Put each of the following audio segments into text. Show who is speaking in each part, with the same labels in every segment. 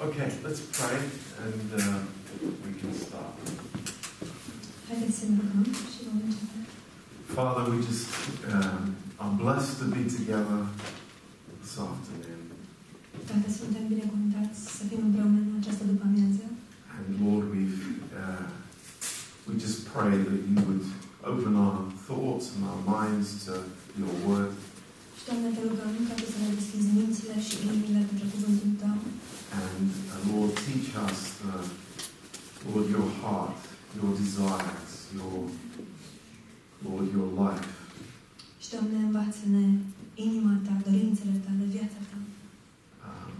Speaker 1: Okay, let's pray and uh, we can start.
Speaker 2: Haideți să ne rugăm și vom începe.
Speaker 1: Father, we just um, are blessed to be together this afternoon.
Speaker 2: Tată, suntem binecuvântați să fim împreună în această după-amiază
Speaker 1: And Lord, we uh, we just pray that you would open our thoughts and our minds to your word
Speaker 2: și, Doamne, te rugăm ca Tu să ne deschizi mințile și inimile pentru cuvântul Tău
Speaker 1: and uh, Lord, teach us, uh, Lord, your heart, your desires, your Lord, your life.
Speaker 2: și, Doamne, învață-ne inima Ta, dorințele Tale, viața Ta.
Speaker 1: Um,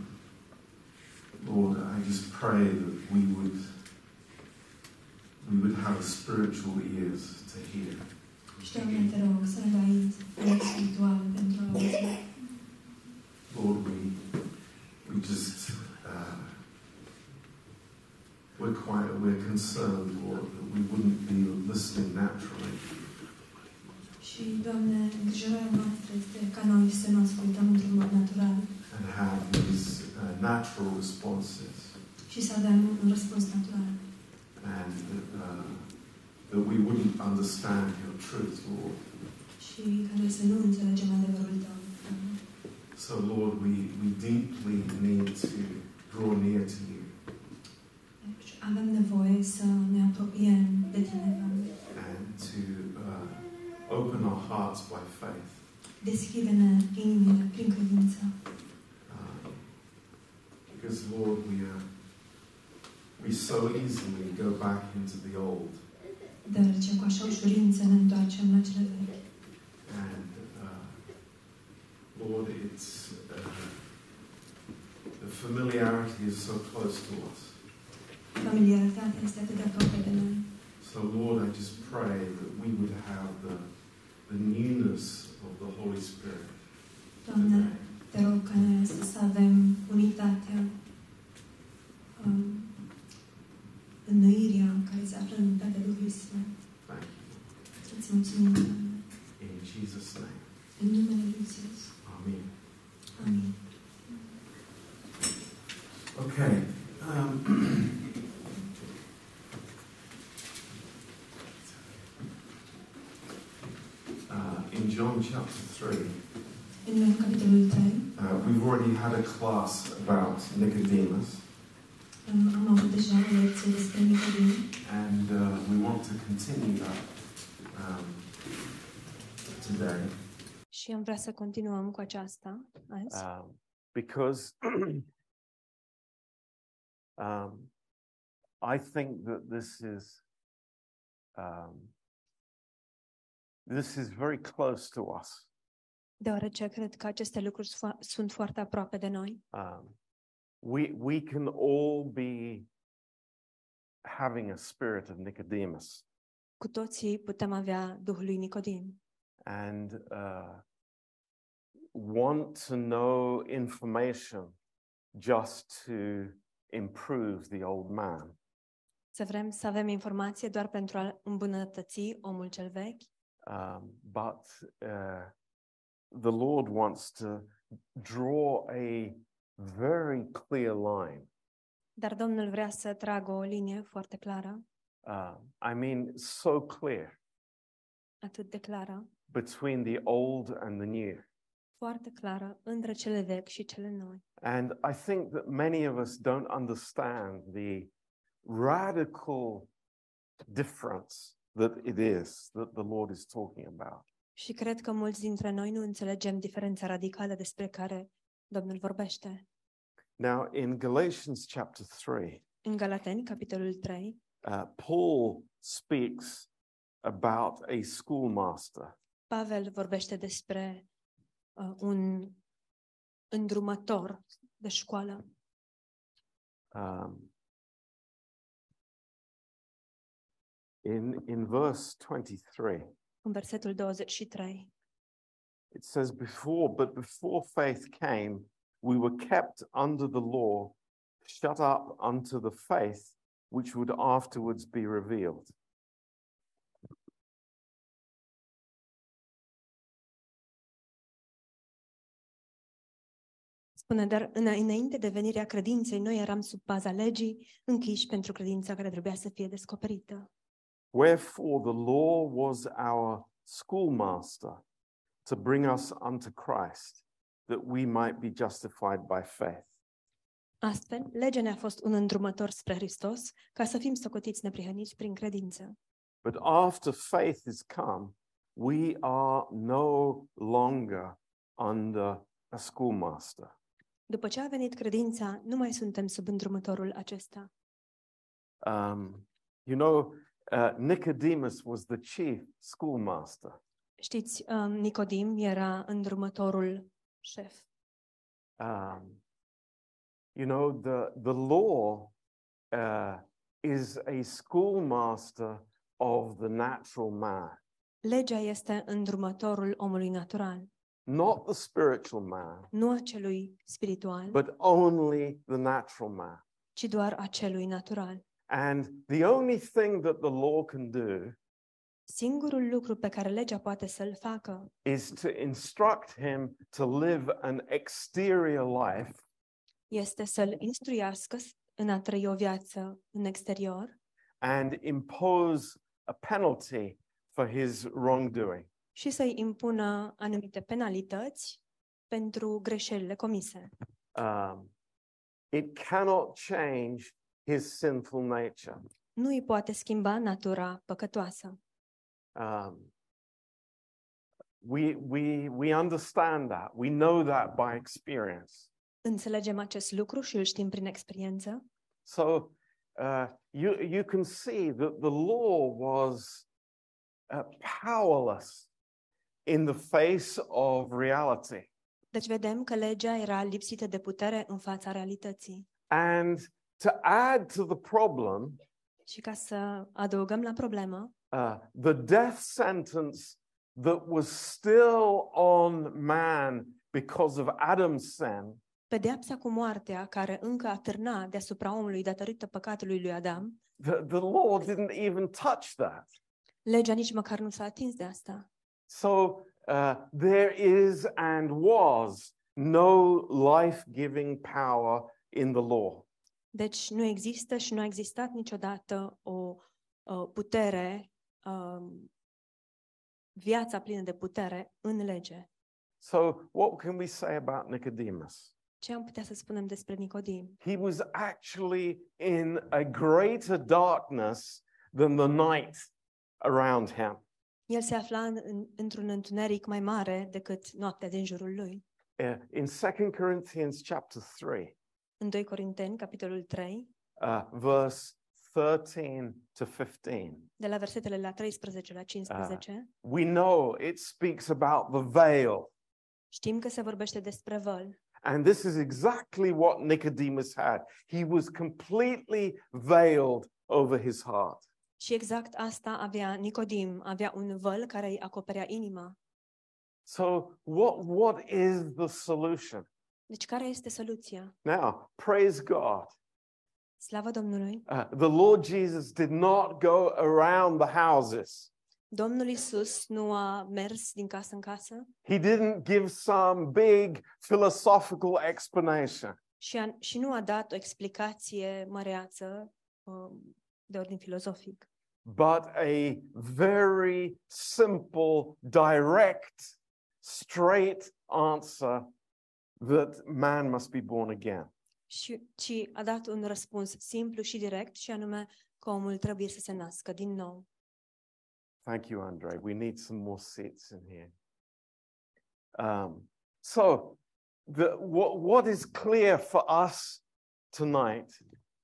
Speaker 1: Lord, I just pray that we would we would have spiritual ears to hear.
Speaker 2: Și, Doamne, te rog să ne dai urechi spirituale pentru a auzi.
Speaker 1: Lord, we we just uh, we're quite we're concerned, Lord, that we wouldn't be listening naturally,
Speaker 2: Și, Doamne, îngrijorarea noastră este ca noi să nu ascultăm într-un mod natural
Speaker 1: and have these uh, natural responses,
Speaker 2: și să avem un răspuns natural.
Speaker 1: and that, uh, that we wouldn't understand your truth, Lord.
Speaker 2: Și ca noi să nu înțelegem adevărul Tău. Doamne.
Speaker 1: So, Lord, we, we deeply need to draw near to you.
Speaker 2: Deci avem nevoie să ne apropiem de tine, Doamne.
Speaker 1: and to uh, open our hearts by faith.
Speaker 2: Deschide-ne inimile prin credință.
Speaker 1: Um, because, Lord, we, uh, we so easily go back into the old,
Speaker 2: Deoarece cu așa ușurință ne întoarcem la cele vechi.
Speaker 1: and uh, Lord, it's uh, the familiarity is so close to us.
Speaker 2: Familiaritatea este atât de aproape de noi.
Speaker 1: So, Lord, I just pray that we would have the, the newness of the Holy Spirit today.
Speaker 2: Doamne, te rog ca noi astăzi să avem unitatea, um, înnoirea care se află în unitatea Duhului Sfânt.
Speaker 1: Thank you.
Speaker 2: Îți mulțumim, Doamne,
Speaker 1: In Jesus' name,
Speaker 2: în numele Lui Iisus.
Speaker 1: Amen.
Speaker 2: Amin.
Speaker 1: Okay. Um, uh, in John chapter 3,
Speaker 2: În capitolul 3
Speaker 1: uh, we've already had a class about Nicodemus,
Speaker 2: um, am avut deja o lecție despre Nicodim.
Speaker 1: and uh, we want to continue that um, today.
Speaker 2: Și am vrea să continuăm cu aceasta azi,
Speaker 3: um, because um, I think that this is um, this is very close to us.
Speaker 2: deoarece cred că aceste lucruri sfo- sunt foarte aproape de noi.
Speaker 3: Um, we we can all be having a spirit of Nicodemus,
Speaker 2: Cu toții putem avea Duhul lui Nicodim
Speaker 3: and uh, want to know information just to improve the old man.
Speaker 2: să vrem să avem informație doar pentru a îmbunătăți omul cel vechi,
Speaker 3: Um, but uh, the Lord wants to draw a very clear line.
Speaker 2: dar Domnul vrea să tragă o linie foarte clară,
Speaker 3: Uh, I mean, so clear
Speaker 2: atât de clară,
Speaker 3: between the old and the new.
Speaker 2: foarte clară, între cele vechi și cele noi.
Speaker 3: And I think that many of us don't understand the radical difference that it is that the Lord is talking about.
Speaker 2: Și cred că mulți dintre noi nu înțelegem diferența radicală despre care Domnul vorbește.
Speaker 3: Now, in Galatians chapter 3,
Speaker 2: În Galateni, capitolul 3,
Speaker 3: uh, Paul speaks about a schoolmaster.
Speaker 2: Pavel vorbește despre uh, un îndrumător de școală
Speaker 3: Um, in, in verse 23,
Speaker 2: în versetul 23.
Speaker 3: it says, Before, but before faith came, we were kept under the law, shut up unto the faith which would afterwards be revealed.
Speaker 2: Spune, dar îna- înainte de venirea credinței, noi eram sub baza legii, închiși pentru credința care trebuia să fie descoperită.
Speaker 3: Wherefore the law was our schoolmaster to bring us unto Christ, that we might be justified by faith.
Speaker 2: Astfel, legea ne-a fost un îndrumător spre Hristos, ca să fim socotiți neprihăniți prin credință.
Speaker 3: But after faith is come, we are no longer under a schoolmaster.
Speaker 2: După ce a venit credința, nu mai suntem sub îndrumătorul acesta.
Speaker 3: Um, you know, uh, Nicodemus was the chief schoolmaster.
Speaker 2: Știți, um, Nicodim era îndrumătorul șef.
Speaker 3: Um, you know, the, the law uh, is a schoolmaster of the natural man,
Speaker 2: Legea este îndrumătorul omului natural,
Speaker 3: not the spiritual man,
Speaker 2: nu a celui spiritual,
Speaker 3: but only the natural man.
Speaker 2: ci doar a celui natural.
Speaker 3: And the only thing that the law can do
Speaker 2: Singurul lucru pe care legea poate să-l facă
Speaker 3: is to instruct him to live an exterior life
Speaker 2: este să-l instruiască s- în a trăi o viață în exterior
Speaker 3: and impose a penalty for his wrongdoing.
Speaker 2: și să-i impună anumite penalități pentru greșelile comise.
Speaker 3: Um, it cannot change his sinful nature.
Speaker 2: Nu îi poate schimba natura păcătoasă.
Speaker 3: Um, we, we, we understand that. We know that by experience.
Speaker 2: Înțelegem acest lucru și îl știm prin experiență.
Speaker 3: So uh, you, you can see that the law was uh, powerless in the face of reality.
Speaker 2: Deci vedem că legea era lipsită de putere în fața realității.
Speaker 3: And to add to the problem,
Speaker 2: Și ca să adăugăm la problemă,
Speaker 3: uh, the death sentence that was still on man because of Adam's sin
Speaker 2: pedeapsa cu moartea care încă atârna deasupra omului datorită păcatului lui Adam,
Speaker 3: The, the law didn't even touch that.
Speaker 2: legea nici măcar nu s-a atins de asta.
Speaker 3: So uh, there is and was no life giving power in the law.
Speaker 2: Deci nu există și nu a existat niciodată o uh, putere, um, viața plină de putere în lege.
Speaker 3: So, what can we say about Nicodemus?
Speaker 2: Ce am putea să spunem despre Nicodim?
Speaker 3: He was actually in a greater darkness than the night around him.
Speaker 2: El se afla în- în, într-un întuneric mai mare decât noaptea din jurul lui.
Speaker 3: Uh, In 2 Corinthians chapter 3,
Speaker 2: În 2 Corinteni, capitolul 3,
Speaker 3: uh, verse 13 to 15,
Speaker 2: de la versetele la 13 la 15,
Speaker 3: we know it speaks about the veil.
Speaker 2: știm că se vorbește despre văl.
Speaker 3: And this is exactly what Nicodemus had. He was completely veiled over his heart.
Speaker 2: Și exact asta avea Nicodim, avea un văl care îi acoperea inima.
Speaker 3: So, what, what is the solution?
Speaker 2: Deci care este soluția?
Speaker 3: Now, praise God.
Speaker 2: Slavă Domnului!
Speaker 3: Uh, the Lord Jesus did not go around the houses,
Speaker 2: Domnul Isus nu a mers din casă în casă
Speaker 3: He didn't give some big philosophical explanation.
Speaker 2: și, a, și nu a dat o explicație măreață um, de ordin filozofic,
Speaker 3: but a very simple, direct, straight answer that man must be born again.
Speaker 2: și, ci a dat un răspuns simplu și direct și anume că omul trebuie să se nască din nou.
Speaker 3: Thank you, Andre. We need some more seats in here. Um, so, the, what, what is clear for us tonight,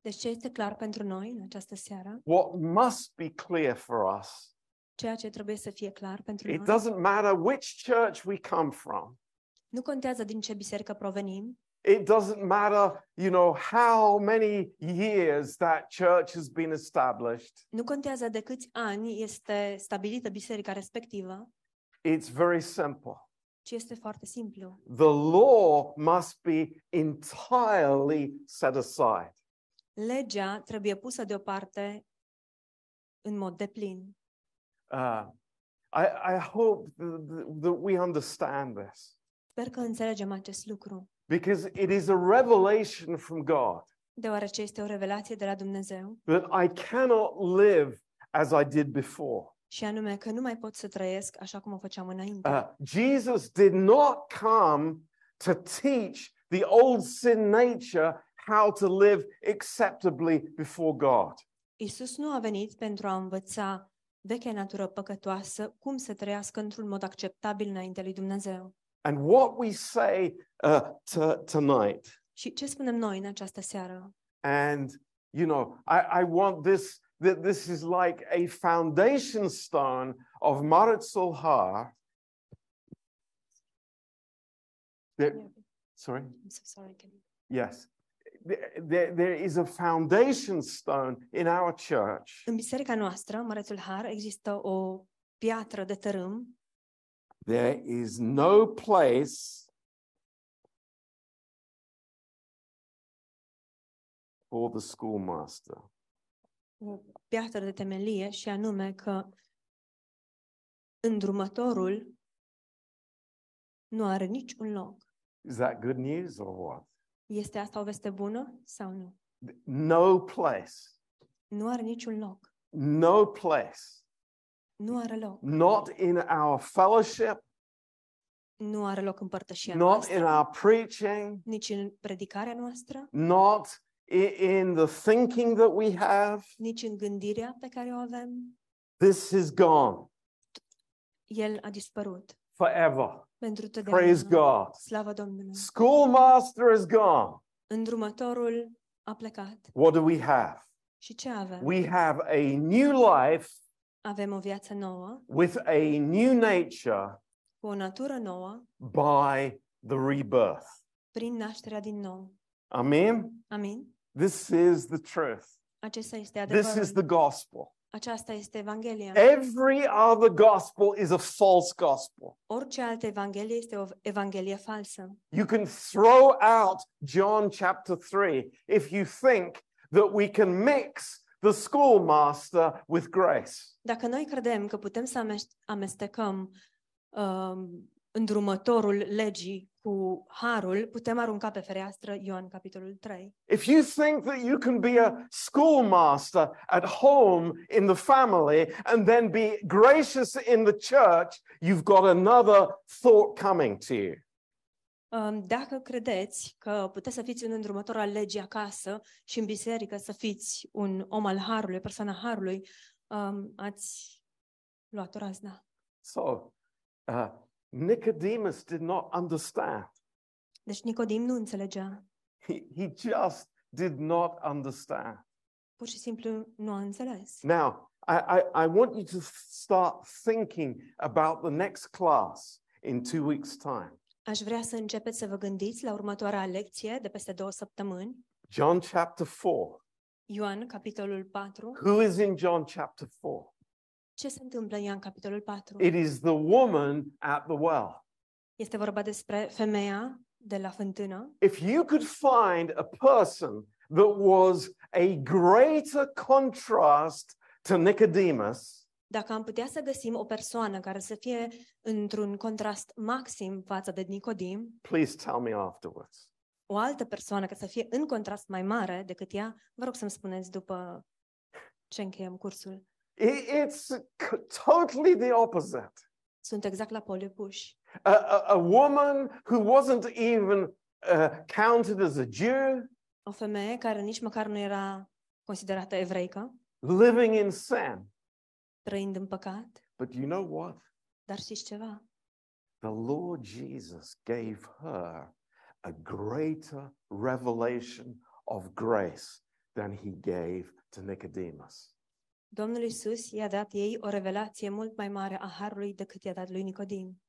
Speaker 2: Deci ce este clar pentru noi în această seară,
Speaker 3: what must be clear for us,
Speaker 2: ceea ce trebuie să fie clar pentru
Speaker 3: it
Speaker 2: noi,
Speaker 3: doesn't matter which church we come from,
Speaker 2: nu contează din ce biserică provenim,
Speaker 3: It doesn't matter, you know, how many years that church has been established.
Speaker 2: nu contează de câți ani este stabilită biserica respectivă,
Speaker 3: It's very simple.
Speaker 2: ci este foarte simplu.
Speaker 3: The law must be entirely set aside.
Speaker 2: Legea trebuie pusă deoparte în mod deplin.
Speaker 3: Uh, I, I hope th- th- that we understand this.
Speaker 2: Sper că înțelegem acest lucru.
Speaker 3: because it is a revelation from God
Speaker 2: deoarece este o revelație de la Dumnezeu
Speaker 3: that I cannot live as I did before.
Speaker 2: și anume că nu mai pot să trăiesc așa cum o făceam înainte.
Speaker 3: Uh, Jesus did not come to teach the old sin nature how to live acceptably before God.
Speaker 2: Isus nu a venit pentru a învăța vechea natură păcătoasă cum să trăiască într-un mod acceptabil înainte lui Dumnezeu.
Speaker 3: And what we say uh, to, tonight,
Speaker 2: Și ce spunem noi în această seară?
Speaker 3: and you know, I, I want this, that this is like a foundation stone of Maritzul Har. There, sorry?
Speaker 2: I'm so sorry, can you-
Speaker 3: Yes. There- There, there is a foundation stone in our church
Speaker 2: În biserica noastră, Mărețul Har, există o piatră de tărâm
Speaker 3: There is no place for the schoolmaster.
Speaker 2: o piatră de temelie și anume că îndrumătorul nu are niciun loc.
Speaker 3: Is that good news or what?
Speaker 2: Este asta o veste bună sau nu?
Speaker 3: No place.
Speaker 2: Nu are niciun loc.
Speaker 3: No place.
Speaker 2: Nu are loc.
Speaker 3: Not in our fellowship,
Speaker 2: Nu are loc în părtășia
Speaker 3: not in
Speaker 2: noastră,
Speaker 3: our preaching,
Speaker 2: nici în predicarea noastră,
Speaker 3: not i- in the thinking that we have.
Speaker 2: nici în gândirea pe care o avem.
Speaker 3: This is gone
Speaker 2: El a dispărut.
Speaker 3: forever.
Speaker 2: Pentru totdeauna.
Speaker 3: Praise God.
Speaker 2: Slavă Domnului.
Speaker 3: Schoolmaster is gone.
Speaker 2: Îndrumătorul a plecat.
Speaker 3: What do we have?
Speaker 2: Și ce avem?
Speaker 3: We have a new life
Speaker 2: Avem o viață nouă,
Speaker 3: with a new nature
Speaker 2: cu o natură nouă,
Speaker 3: by the rebirth.
Speaker 2: prin nașterea din nou.
Speaker 3: Amen.
Speaker 2: Amin?
Speaker 3: This is the truth.
Speaker 2: Acesta este
Speaker 3: This
Speaker 2: adevărul.
Speaker 3: is the Eh? gospel.
Speaker 2: Aceasta este Evanghelia.
Speaker 3: Every other gospel is a false gospel.
Speaker 2: Orice altă Evanghelie este o Evanghelie falsă.
Speaker 3: You can throw out John chapter 3 if you think that we can mix the schoolmaster with grace.
Speaker 2: Dacă noi credem că putem să amest- amestecăm um, îndrumătorul legii cu harul, putem arunca pe fereastră Ioan capitolul 3.
Speaker 3: If you think that you can be a schoolmaster at home in the family and then be gracious in the church, you've got another thought coming to you.
Speaker 2: Um, Dacă credeți că puteți să fiți un îndrumător al legii acasă și în biserică să fiți un om al harului, persoana harului, um, ați luat o razna.
Speaker 3: So, uh, Nicodemus did not understand.
Speaker 2: Deci Nicodim nu înțelegea.
Speaker 3: He, he just did not understand.
Speaker 2: Pur și simplu nu a înțeles.
Speaker 3: Now, I, I, I want you to start thinking about the next class in two weeks' time.
Speaker 2: Aș vrea să începeți să vă gândiți la următoarea lecție de peste două săptămâni,
Speaker 3: John chapter 4.
Speaker 2: Ioan, capitolul 4.
Speaker 3: Who is in John chapter 4?
Speaker 2: Ce se întâmplă în Ioan, capitolul 4?
Speaker 3: It is the woman at the well.
Speaker 2: Este vorba despre femeia de la fântână.
Speaker 3: If you could find a person that was a greater contrast to Nicodemus,
Speaker 2: Dacă am putea să găsim o persoană care să fie într-un contrast maxim față de Nicodim,
Speaker 3: please tell me afterwards.
Speaker 2: o altă persoană care să fie în contrast mai mare decât ea, vă rog să-mi spuneți după ce încheiem cursul.
Speaker 3: I- It's c- totally the opposite.
Speaker 2: Sunt exact la poliu puși.
Speaker 3: A, a- a woman who wasn't even uh, counted as a Jew,
Speaker 2: O femeie care nici măcar nu era considerată evreică,
Speaker 3: living in sin.
Speaker 2: trăind în păcat,
Speaker 3: But you know what?
Speaker 2: Dar știți ceva?
Speaker 3: The Lord Jesus gave her a greater revelation of grace than he gave to Nicodemus.
Speaker 2: Domnul Isus i-a dat ei o revelație mult mai mare a harului decât i-a dat lui Nicodim.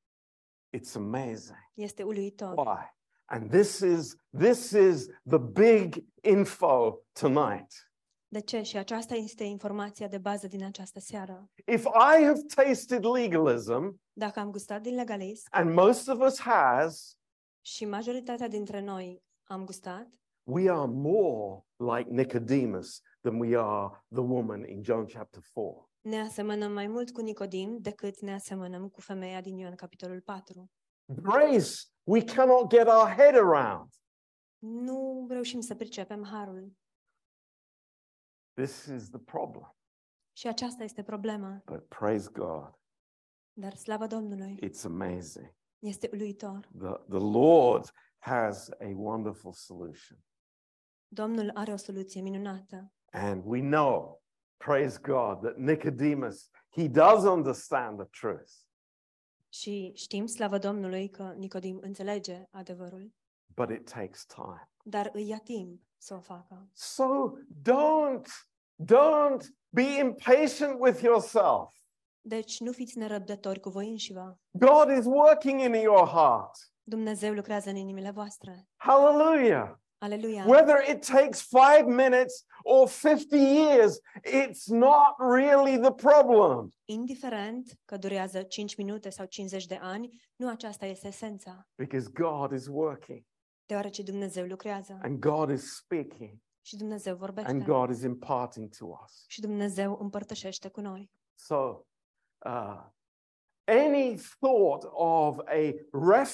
Speaker 3: It's amazing.
Speaker 2: Este uluitor.
Speaker 3: Why? And this is this is the big info tonight.
Speaker 2: De ce? Și aceasta este informația de bază din această seară.
Speaker 3: If I have tasted legalism,
Speaker 2: Dacă am gustat din legalism
Speaker 3: and most of us has,
Speaker 2: și majoritatea dintre noi am gustat,
Speaker 3: we are more like Nicodemus than we are the woman in John chapter 4.
Speaker 2: ne asemănăm mai mult cu Nicodim decât ne asemănăm cu femeia din Ioan capitolul 4.
Speaker 3: Grace, we cannot get our head around.
Speaker 2: Nu reușim să pricepem harul.
Speaker 3: This is the problem.
Speaker 2: Și aceasta este problema.
Speaker 3: But praise God,
Speaker 2: Dar slava Domnului
Speaker 3: it's amazing.
Speaker 2: este uluitor.
Speaker 3: The, the Lord has a wonderful solution.
Speaker 2: Domnul are o soluție minunată.
Speaker 3: And we know, praise God, that Nicodemus, he does understand the truth,
Speaker 2: Și știm, slavă Domnului, că Nicodim înțelege adevărul,
Speaker 3: but it takes time.
Speaker 2: dar îi ia timp să o facă.
Speaker 3: So don't, don't be impatient with yourself.
Speaker 2: Deci nu fiți nerăbdători cu voi înșivă.
Speaker 3: God is working in your heart.
Speaker 2: Dumnezeu lucrează în inimile voastre.
Speaker 3: Hallelujah.
Speaker 2: Aleluia!
Speaker 3: Whether it takes five minutes or 50 years, it's not really the problem.
Speaker 2: Indiferent că durează 5 minute sau 50 de ani, nu aceasta este esența,
Speaker 3: Because God is working
Speaker 2: deoarece Dumnezeu lucrează
Speaker 3: and God is speaking
Speaker 2: și Dumnezeu vorbește
Speaker 3: and God is imparting to us.
Speaker 2: și Dumnezeu împărtășește cu noi.
Speaker 3: So, uh, any thought of a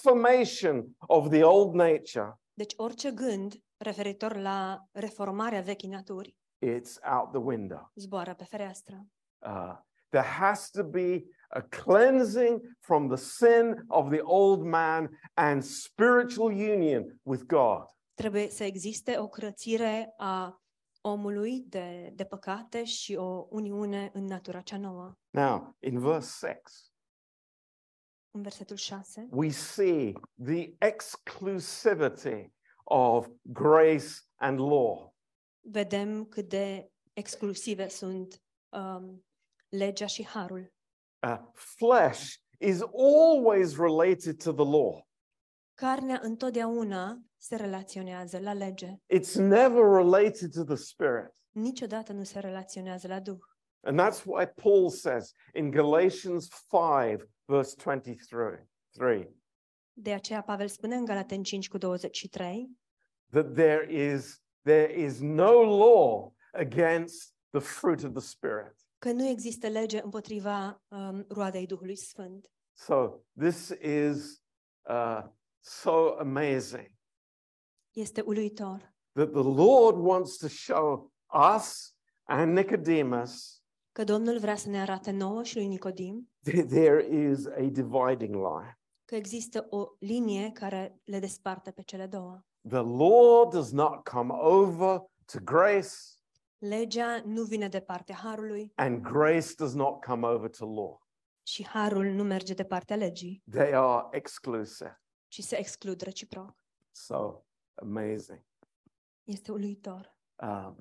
Speaker 3: reformation of the old nature,
Speaker 2: Deci orice gând referitor la reformarea vechii naturi
Speaker 3: it's out the window.
Speaker 2: zboară pe fereastră.
Speaker 3: Uh, there has to be a cleansing from the sin of the old man and spiritual union with God.
Speaker 2: Trebuie să existe o curățire a omului de, de păcate și o uniune în natura cea nouă.
Speaker 3: Now, in verse 6,
Speaker 2: În versetul 6
Speaker 3: we see the exclusivity of grace and law.
Speaker 2: vedem cât de exclusive sunt um, legea și harul.
Speaker 3: Uh, flesh is always related to the law.
Speaker 2: Carnea întotdeauna se relaționează la lege,
Speaker 3: It's never related to the spirit.
Speaker 2: niciodată nu se relaționează la Duh.
Speaker 3: And that's why Paul says in Galatians 5, verse 23, three,
Speaker 2: De aceea Pavel spune în Galaten 5 cu 23
Speaker 3: that there is, there is no law against the fruit of the spirit.
Speaker 2: că nu există lege împotriva um, roadei Duhului Sfânt.
Speaker 3: So this is uh, so amazing.
Speaker 2: Este uluitor
Speaker 3: that the Lord wants to show us and Nicodemus
Speaker 2: că Domnul vrea să ne arate nouă și lui Nicodim
Speaker 3: that there is a dividing line.
Speaker 2: că există o linie care le desparte pe cele două.
Speaker 3: The law does not come over to grace,
Speaker 2: Legea nu vine de partea harului
Speaker 3: and grace does not come over to law.
Speaker 2: și harul nu merge de partea legii,
Speaker 3: They are exclusive.
Speaker 2: ci se exclud reciproc.
Speaker 3: So amazing.
Speaker 2: Este uluitor.
Speaker 3: Um,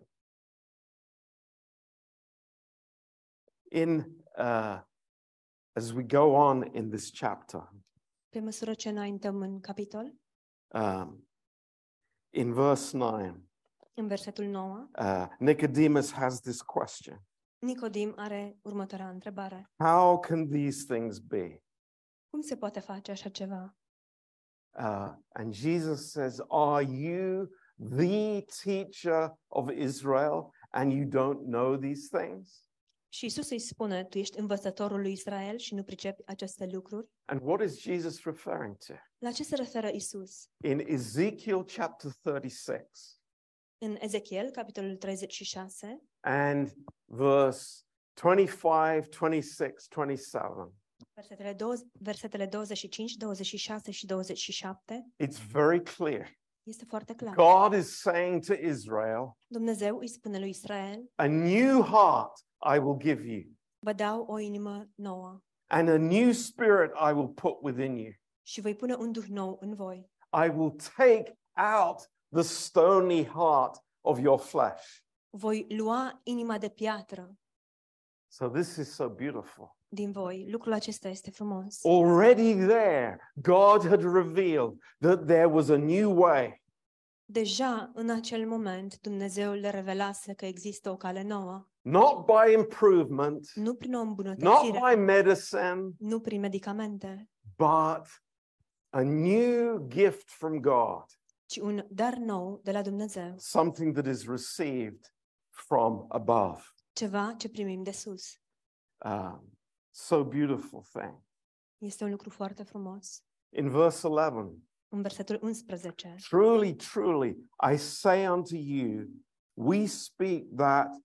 Speaker 3: in uh, as we go on in this chapter,
Speaker 2: Pe măsură ce înaintăm în capitol,
Speaker 3: um, in verse nine,
Speaker 2: în versetul 9,
Speaker 3: uh, Nicodemus has this question
Speaker 2: Nicodim are următoarea întrebare.
Speaker 3: How can these things be?
Speaker 2: Cum se poate face așa ceva?
Speaker 3: Uh, and Jesus says, Are you the teacher of Israel and you don't know these things?
Speaker 2: Și Isus îi spune, tu ești învățătorul lui Israel și nu pricepi aceste lucruri?
Speaker 3: And what is Jesus referring to?
Speaker 2: La ce se referă Isus?
Speaker 3: In Ezekiel chapter 36
Speaker 2: În Ezechiel, capitolul 36
Speaker 3: and verse 25, 26, 27,
Speaker 2: Versetele, 20, versetele 25, 26 și 27
Speaker 3: it's very clear.
Speaker 2: este foarte clar.
Speaker 3: God is saying to Israel,
Speaker 2: Dumnezeu îi spune lui Israel,
Speaker 3: A new heart I will give you.
Speaker 2: vă dau o inimă nouă
Speaker 3: and a new spirit I will put within you.
Speaker 2: și voi pune un duh nou în voi
Speaker 3: I will take out the stony heart of your flesh.
Speaker 2: voi lua inima de piatră
Speaker 3: So, this is so beautiful.
Speaker 2: din voi. Lucrul acesta este frumos.
Speaker 3: Already there, God had revealed that there was a new way.
Speaker 2: Deja în acel moment Dumnezeu le revelase că există o cale nouă,
Speaker 3: Not by improvement,
Speaker 2: nu prin o
Speaker 3: not
Speaker 2: îmbunătățire,
Speaker 3: by medicine,
Speaker 2: nu prin medicamente,
Speaker 3: but a new gift from God,
Speaker 2: ci un dar nou de la Dumnezeu,
Speaker 3: something that is received from above.
Speaker 2: ceva ce primim de sus.
Speaker 3: Um, so beautiful thing.
Speaker 2: Este un lucru foarte frumos.
Speaker 3: In verse 11,
Speaker 2: în versetul 11.
Speaker 3: truly, truly, I say unto you, we speak that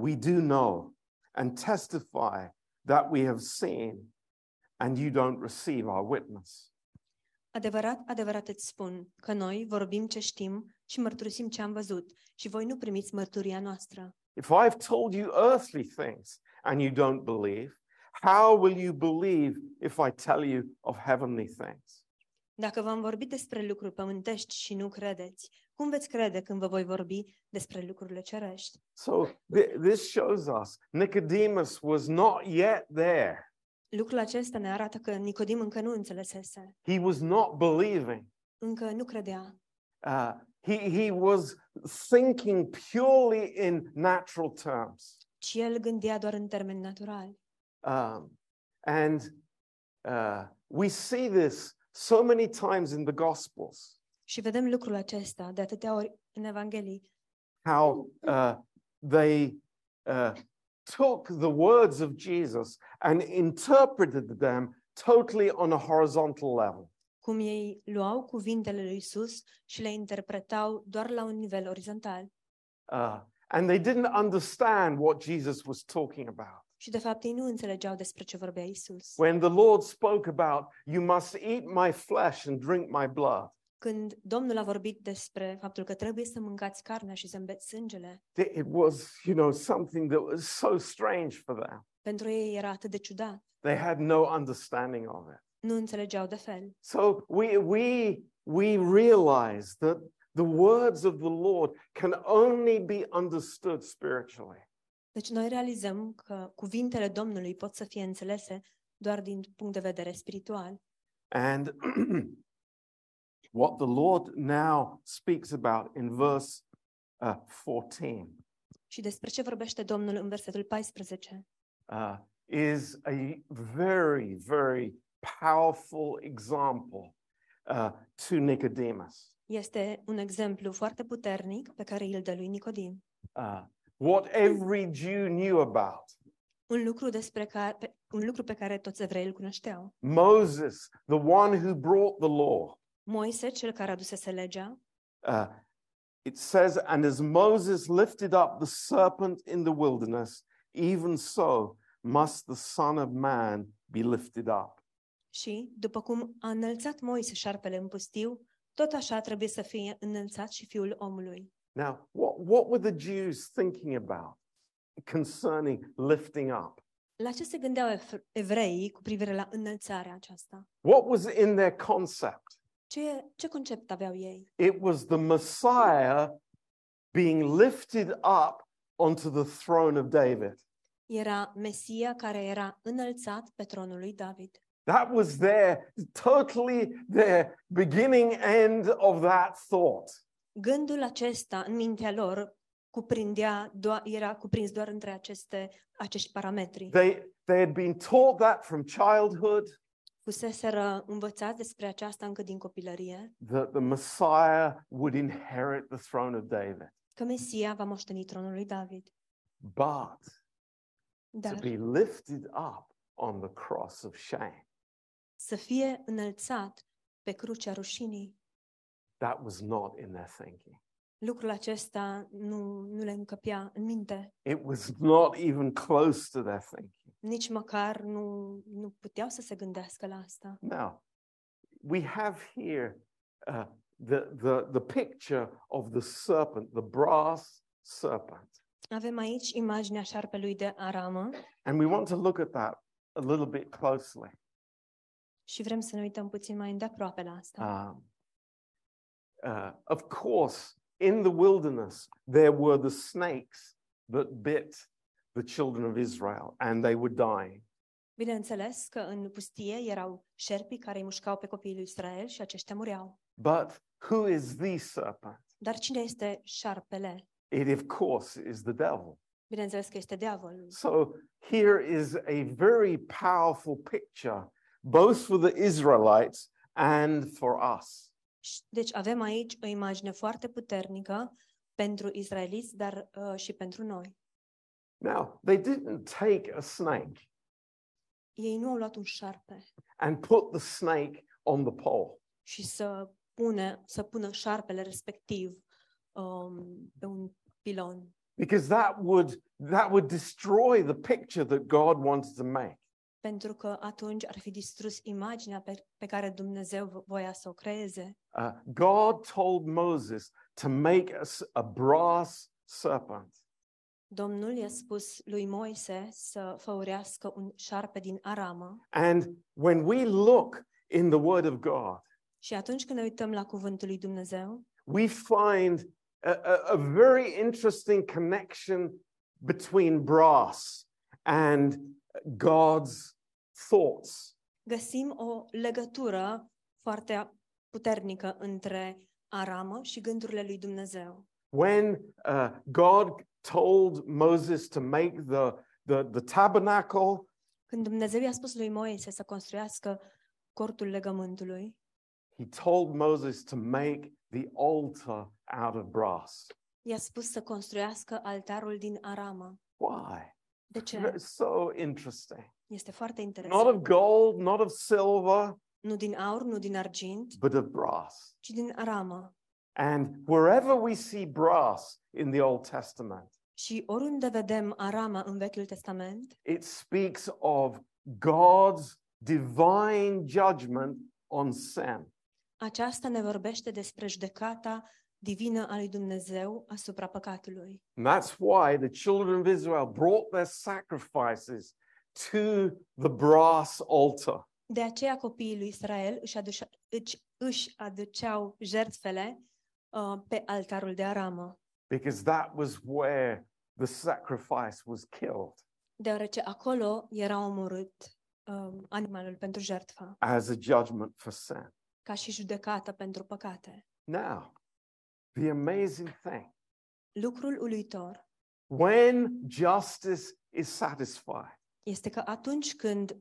Speaker 3: we do know and testify that we have seen, and you don't receive our witness.
Speaker 2: Adevărat, adevărat îți spun că noi vorbim ce știm și mărturisim ce am văzut și voi nu primiți mărturia noastră.
Speaker 3: If I've told you earthly things and you don't believe, how will you believe if I tell you of heavenly things?
Speaker 2: Dacă v-am vorbit despre lucruri pământești și nu credeți, cum veți crede când vă voi vorbi despre lucrurile cerești?
Speaker 3: So th- this shows us Nicodemus was not yet there.
Speaker 2: Lucrul acesta ne arată că Nicodim încă nu înțelesese,
Speaker 3: He was not believing.
Speaker 2: încă nu credea.
Speaker 3: Uh, he, he was thinking purely in natural terms.
Speaker 2: ci el gândea doar în termeni naturali.
Speaker 3: Um, and uh, we see this so many times in the Gospels
Speaker 2: Și vedem lucrul acesta de atâtea ori în Evanghelii,
Speaker 3: how uh, they uh, took the words of Jesus and interpreted them totally on a horizontal level.
Speaker 2: cum ei luau cuvintele lui Isus și le interpretau doar la un nivel orizontal.
Speaker 3: Uh, and they didn't understand what Jesus was talking about.
Speaker 2: Și de fapt ei nu înțelegeau despre ce vorbea Isus.
Speaker 3: When the Lord spoke about, you must eat my flesh and drink my blood,
Speaker 2: Când Domnul a vorbit despre faptul că trebuie să mâncați carnea și să îmbeți sângele,
Speaker 3: th- it was, you know, something that was so strange for them.
Speaker 2: pentru ei era atât de ciudat.
Speaker 3: They had no understanding of it.
Speaker 2: Nu înțelegeau de fel.
Speaker 3: So we, we, we realize that the words of the Lord can only be understood spiritually.
Speaker 2: Deci noi realizăm că cuvintele Domnului pot să fie înțelese doar din punct de vedere spiritual.
Speaker 3: And what the Lord now speaks about in verse uh, 14
Speaker 2: Și despre ce vorbește Domnul în versetul 14?
Speaker 3: uh, is a very, very powerful example uh, to Nicodemus.
Speaker 2: Este un exemplu foarte puternic pe care îl dă lui Nicodim.
Speaker 3: Uh, what every Jew knew about
Speaker 2: Un lucru, despre care, pe- un lucru pe care toți evreii îl cunoșteau.
Speaker 3: Moses, the one who brought the law.
Speaker 2: Moise, cel care adusese legea,
Speaker 3: Uh, it says, And as Moses lifted up the serpent in the wilderness, even so must the Son of Man be lifted up.
Speaker 2: și, după cum a înălțat Moise șarpele în pustiu, tot așa trebuie să fie înălțat și fiul omului.
Speaker 3: Now, what, what were the Jews thinking about concerning lifting up?
Speaker 2: La ce se gândeau ev- evreii cu privire la înălțarea aceasta?
Speaker 3: What was in their concept?
Speaker 2: Ce, ce concept aveau ei?
Speaker 3: It was the Messiah being lifted up onto the throne of David.
Speaker 2: Era Mesia care era înălțat pe tronul lui David.
Speaker 3: That was their totally their beginning end of that thought.
Speaker 2: Gândul acesta în mintea lor cuprindea doar, era cuprins doar între aceste, acești parametri.
Speaker 3: They they had been taught that from childhood
Speaker 2: Fuseseră învățați despre aceasta încă din copilărie,
Speaker 3: that the Messiah would inherit the throne of David.
Speaker 2: că Mesia va moșteni tronul lui David.
Speaker 3: But to
Speaker 2: Dar
Speaker 3: be lifted up on the cross of shame,
Speaker 2: să fie înălțat pe crucea rușinii,
Speaker 3: that was not in their thinking.
Speaker 2: lucrul acesta nu, nu le încăpea în minte.
Speaker 3: It was not even close to their thinking.
Speaker 2: Nici măcar nu, nu puteau să se gândească la asta.
Speaker 3: Now, we have here uh, the, the, the picture of the serpent, the brass serpent.
Speaker 2: Avem aici imaginea șarpelui de aramă
Speaker 3: And we want to look at that a little bit closely.
Speaker 2: și vrem să ne uităm puțin mai îndeaproape la asta.
Speaker 3: Um, uh, of course, in the wilderness, there were the snakes that bit the children of Israel, and they were dying.
Speaker 2: Bineînțeles că în pustie erau șerpii care îi mușcau pe copiii lui Israel și aceștia mureau.
Speaker 3: But who is the serpent?
Speaker 2: Dar cine este șarpele?
Speaker 3: It, of course, is the devil.
Speaker 2: Bineînțeles că este diavolul.
Speaker 3: So here is a very powerful picture, both for the Israelites and for us.
Speaker 2: Și- Deci avem aici o imagine foarte puternică pentru israeliți, dar uh, și pentru noi.
Speaker 3: Now, they didn't take a snake
Speaker 2: Ei nu au luat un șarpe
Speaker 3: and put the snake on the pole.
Speaker 2: și să pune, să pună șarpele respectiv um, pe un pilon.
Speaker 3: Because that would, that would destroy the picture that God wanted to make.
Speaker 2: Pentru că atunci ar fi distrus imaginea pe, pe care Dumnezeu v- voia să o creeze.
Speaker 3: Uh, God told Moses to make us a brass serpent.
Speaker 2: Domnul i-a spus lui Moise să făurească un șarpe din aramă
Speaker 3: And when we look in the Word of God,
Speaker 2: și atunci când ne uităm la cuvântul lui Dumnezeu,
Speaker 3: we find a, a- a very interesting connection between brass and God's thoughts.
Speaker 2: găsim o legătură foarte puternică între aramă și gândurile lui Dumnezeu.
Speaker 3: When uh, God told Moses to make the, the, the tabernacle,
Speaker 2: Când Dumnezeu i-a spus lui Moise să construiască cortul legământului,
Speaker 3: he told Moses to make the altar out of brass.
Speaker 2: i-a spus să construiască altarul din aramă.
Speaker 3: Why?
Speaker 2: De ce?
Speaker 3: It's so interesting.
Speaker 2: Este foarte
Speaker 3: Not
Speaker 2: interesant.
Speaker 3: of gold, not of silver,
Speaker 2: Nu din aur, nu din argint,
Speaker 3: but of brass.
Speaker 2: ci din aramă.
Speaker 3: And wherever we see brass in the Old Testament,
Speaker 2: Și oriunde vedem arama în Vechiul Testament,
Speaker 3: it speaks of God's divine judgment on sin.
Speaker 2: aceasta ne vorbește despre judecata divină a lui Dumnezeu asupra păcatului.
Speaker 3: And that's why the children of Israel brought their sacrifices to the brass altar.
Speaker 2: De aceea copiii lui Israel își, adușa, își, își aduceau jertfele uh, pe altarul de aramă.
Speaker 3: because that was where the sacrifice was killed
Speaker 2: deoarece acolo era omorât um, animalul pentru jertfă,
Speaker 3: as a judgment for sin.
Speaker 2: ca și judecată pentru păcate.
Speaker 3: Now, the amazing thing
Speaker 2: Lucrul uluitor
Speaker 3: when justice is satisfied,
Speaker 2: este că atunci când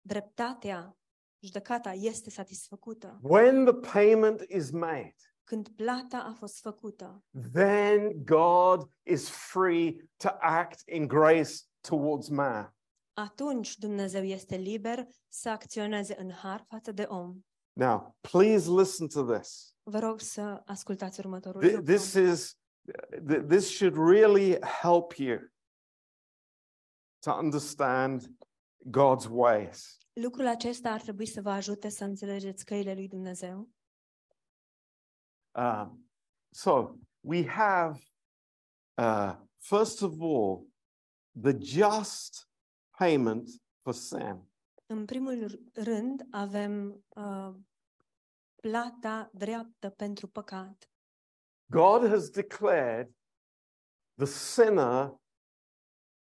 Speaker 2: dreptatea, judecata este satisfăcută,
Speaker 3: when the payment is made,
Speaker 2: când plata a fost făcută,
Speaker 3: then God is free to act in grace towards man.
Speaker 2: atunci Dumnezeu este liber să acționeze în har față de om.
Speaker 3: Now, please listen to this.
Speaker 2: Vă rog să ascultați următorul
Speaker 3: Th-
Speaker 2: lucru.
Speaker 3: this is th- this should really help you to understand God's ways.
Speaker 2: Lucrul acesta ar trebui să vă ajute să înțelegeți căile lui Dumnezeu.
Speaker 3: Um, so we have, uh, first of all, the just payment for sin.
Speaker 2: În primul r- rând avem uh, plata dreaptă pentru păcat.
Speaker 3: God has declared the sinner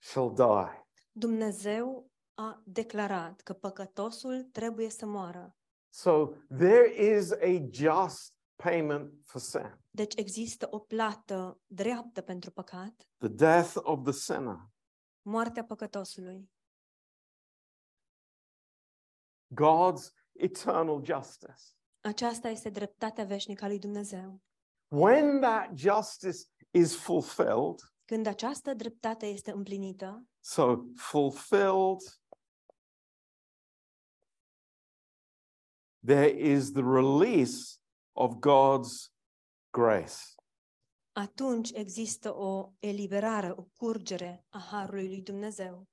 Speaker 3: shall die.
Speaker 2: Dumnezeu a declarat că păcătosul trebuie să moară.
Speaker 3: So there is a just payment for sin,
Speaker 2: Deci există o plată dreaptă pentru păcat,
Speaker 3: the death of the sinner.
Speaker 2: moartea păcătosului,
Speaker 3: God's eternal justice.
Speaker 2: Aceasta este dreptatea veșnică a lui Dumnezeu.
Speaker 3: When that justice is fulfilled,
Speaker 2: Când această dreptate este împlinită,
Speaker 3: so fulfilled, there is the release of God's grace.
Speaker 2: atunci există o eliberare, o curgere a harului lui Dumnezeu.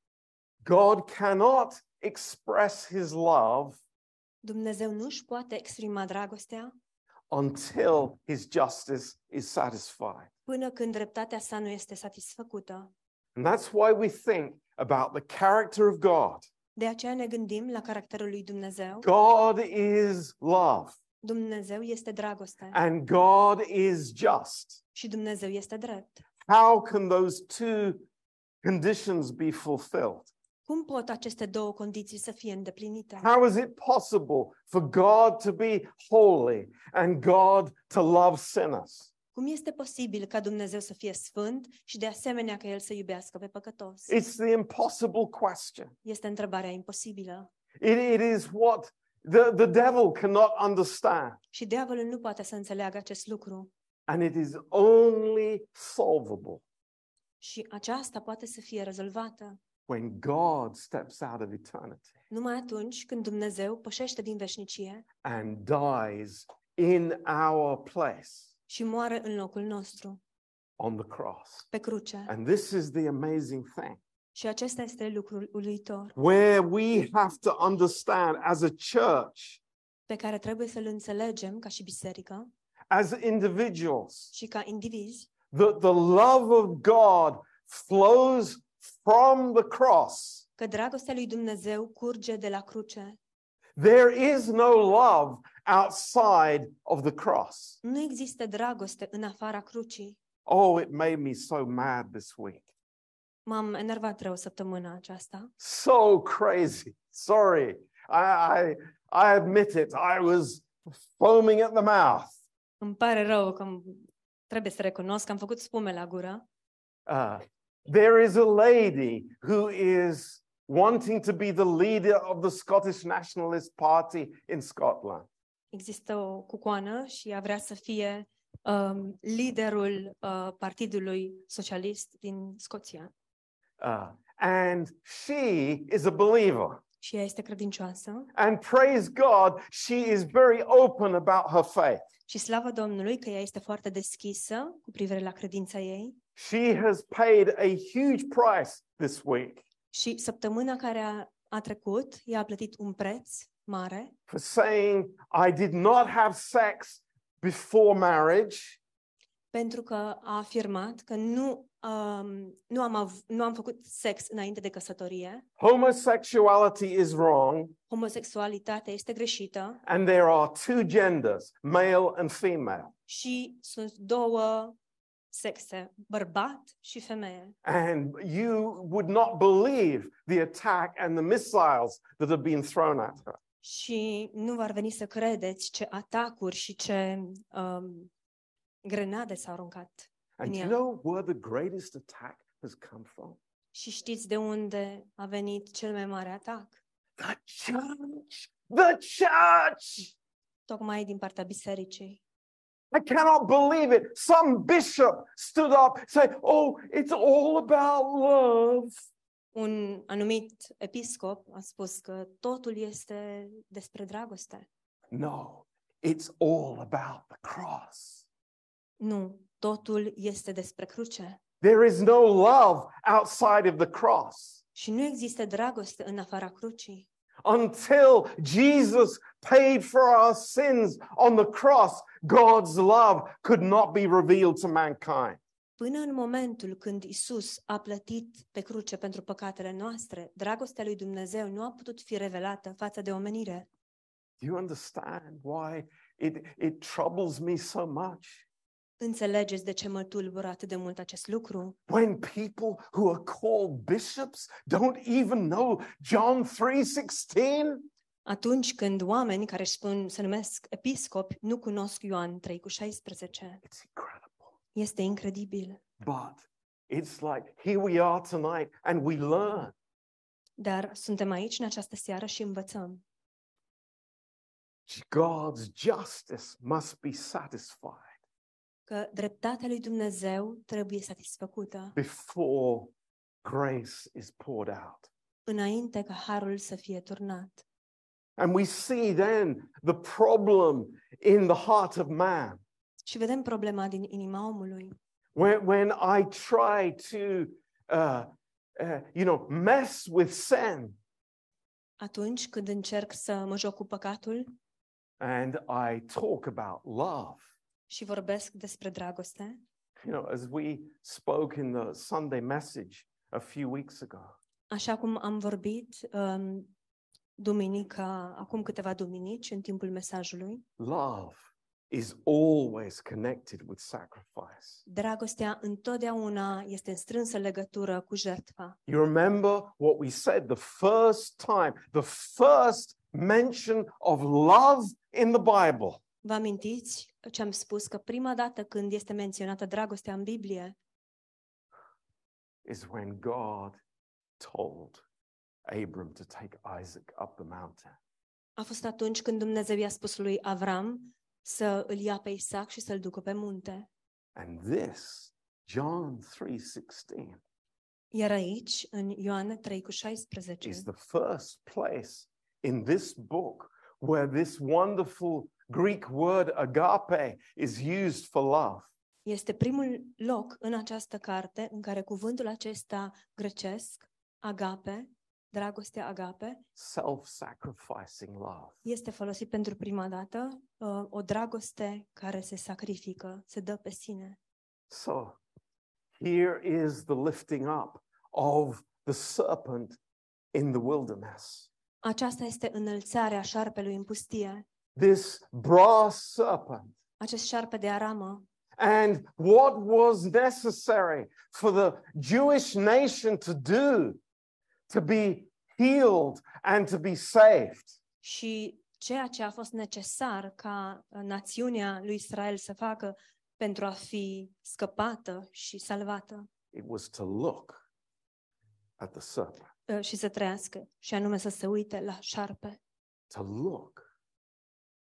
Speaker 3: God cannot express his love
Speaker 2: Dumnezeu nu își poate exprima dragostea
Speaker 3: until his justice is satisfied.
Speaker 2: până când dreptatea sa nu este satisfăcută.
Speaker 3: And that's why we think about the character of God.
Speaker 2: De aceea ne gândim la caracterul lui Dumnezeu.
Speaker 3: God is love.
Speaker 2: Dumnezeu este dragoste
Speaker 3: and God is just.
Speaker 2: și Dumnezeu este drept.
Speaker 3: How can those two conditions be fulfilled?
Speaker 2: Cum pot aceste două condiții să fie îndeplinite?
Speaker 3: How is it possible for God to be holy and God to love sinners?
Speaker 2: Cum este posibil ca Dumnezeu să fie sfânt și de asemenea ca El să iubească pe păcătos?
Speaker 3: It's the impossible question.
Speaker 2: Este întrebarea imposibilă
Speaker 3: It- it is what the, the devil cannot understand,
Speaker 2: și diavolul nu poate să înțeleagă acest lucru
Speaker 3: and it is only solvable
Speaker 2: și aceasta poate să fie rezolvată
Speaker 3: when God steps out of eternity
Speaker 2: Numai atunci când Dumnezeu pășește din veșnicie
Speaker 3: and dies in our place
Speaker 2: și moare în locul nostru,
Speaker 3: on the cross.
Speaker 2: pe cruce.
Speaker 3: And this is the amazing thing.
Speaker 2: Și acesta este lucrul uluitor
Speaker 3: where we have to understand as a church,
Speaker 2: pe care trebuie să-l înțelegem ca și biserică
Speaker 3: as individuals,
Speaker 2: și ca indivizi,
Speaker 3: that the love of God flows from the cross.
Speaker 2: că dragostea lui Dumnezeu curge de la cruce.
Speaker 3: There is no love outside of the cross.
Speaker 2: Nu există dragoste în afara crucii.
Speaker 3: Oh, it made me so mad this week.
Speaker 2: M-am enervat rău săptămâna aceasta.
Speaker 3: So crazy. Sorry. I, I, I admit it. I was foaming at the mouth.
Speaker 2: Îmi pare rău că m- trebuie să recunosc că am făcut spume la gură.
Speaker 3: Uh, there is a lady who is wanting to be the leader of the Scottish Nationalist Party in Scotland.
Speaker 2: Există o cucoană și ea vrea să fie um, liderul uh, Partidului Socialist din Scoția.
Speaker 3: Uh, and she is a believer.
Speaker 2: Și ea este credincioasă
Speaker 3: And praise God, she is very open about her faith.
Speaker 2: și slavă Domnului că ea este foarte deschisă cu privire la credința ei.
Speaker 3: She has paid a huge price this week
Speaker 2: Și săptămâna care a, a trecut, ea a plătit un preț mare
Speaker 3: for saying, I did not have sex before marriage,
Speaker 2: pentru că a afirmat că nu, um, nu, am av- nu am făcut sex înainte de căsătorie,
Speaker 3: homosexuality is wrong,
Speaker 2: homosexualitatea este greșită
Speaker 3: and there are two genders, male and female.
Speaker 2: și sunt două sexe, bărbat și femeie.
Speaker 3: And you would not believe the attack and the missiles that have been thrown at her.
Speaker 2: Și nu v-ar veni să credeți ce atacuri și ce um, grenade s-au aruncat.
Speaker 3: And do
Speaker 2: Yeah.
Speaker 3: you know where the greatest attack has come from?
Speaker 2: Și știți de unde a venit cel mai mare atac?
Speaker 3: The church! The church!
Speaker 2: Tocmai din partea bisericii.
Speaker 3: I cannot believe it. Some bishop stood up and said, Oh, it's all about love.
Speaker 2: Un anumit episcop a spus că totul este despre dragoste.
Speaker 3: No, it's all about the cross.
Speaker 2: Nu, totul este despre cruce.
Speaker 3: There is no love outside of the cross.
Speaker 2: Și nu există dragoste în afara crucii.
Speaker 3: until Jesus paid for our sins on the cross, God's love could not be revealed to mankind.
Speaker 2: Până în momentul când Isus a plătit pe cruce pentru păcatele noastre, dragostea lui Dumnezeu nu a putut fi revelată față de omenire.
Speaker 3: Do you understand why it, it troubles me so much?
Speaker 2: Înțelegeți de ce mă tulbură atât de mult acest lucru?
Speaker 3: When people who are called bishops don't even know John 3:16?
Speaker 2: Atunci când oameni care își spun să numesc episcopi nu cunosc Ioan 3 cu 16.
Speaker 3: It's incredible.
Speaker 2: Este incredibil.
Speaker 3: But it's like here we are tonight and we learn.
Speaker 2: Dar suntem aici în această seară și învățăm.
Speaker 3: God's justice must be satisfied
Speaker 2: că dreptatea lui Dumnezeu trebuie satisfăcută
Speaker 3: before grace is poured out.
Speaker 2: înainte ca harul să fie turnat.
Speaker 3: And we see then the problem in the heart of man.
Speaker 2: Și vedem problema din inima omului.
Speaker 3: When, when I try to, uh, uh, you know, mess with sin
Speaker 2: Atunci când încerc să mă joc cu păcatul
Speaker 3: and I talk about love,
Speaker 2: și vorbesc despre dragoste,
Speaker 3: you know, as we spoke in the Sunday message a few weeks ago,
Speaker 2: așa cum am vorbit um, duminica, acum câteva duminici, în timpul mesajului,
Speaker 3: love is always connected with sacrifice.
Speaker 2: dragostea întotdeauna este în strânsă legătură cu jertfa.
Speaker 3: You remember what we said the first time, the first mention of love in the Bible
Speaker 2: Vă amintiți ce am spus că prima dată când este menționată dragostea în Biblie,
Speaker 3: is when God told Abram to take Isaac up the mountain.
Speaker 2: A fost atunci când Dumnezeu i-a spus lui Avram să îl ia pe Isaac și să-l ducă pe munte.
Speaker 3: And this, John 3:16,
Speaker 2: Iar aici, în Ioan 3 cu 16,
Speaker 3: is the first place in this book where this wonderful Greek word agape is used for love.
Speaker 2: este primul loc în această carte în care cuvântul acesta grecesc, agape, dragostea agape,
Speaker 3: self sacrificing love.
Speaker 2: este folosit pentru prima dată uh, o dragoste care se sacrifică, se dă pe sine.
Speaker 3: So here is the lifting up of the serpent in the wilderness.
Speaker 2: Aceasta este înălțarea șarpelui în pustie,
Speaker 3: This brass serpent.
Speaker 2: acest șarpe de aramă.
Speaker 3: And what was necessary for the Jewish nation to do to be healed and to be saved?
Speaker 2: Și ceea ce a fost necesar ca uh, națiunea lui Israel să facă pentru a fi scăpată și salvată
Speaker 3: It was to look at the serpent,
Speaker 2: uh, și să trăiască, și anume să se uite la șarpe,
Speaker 3: to look,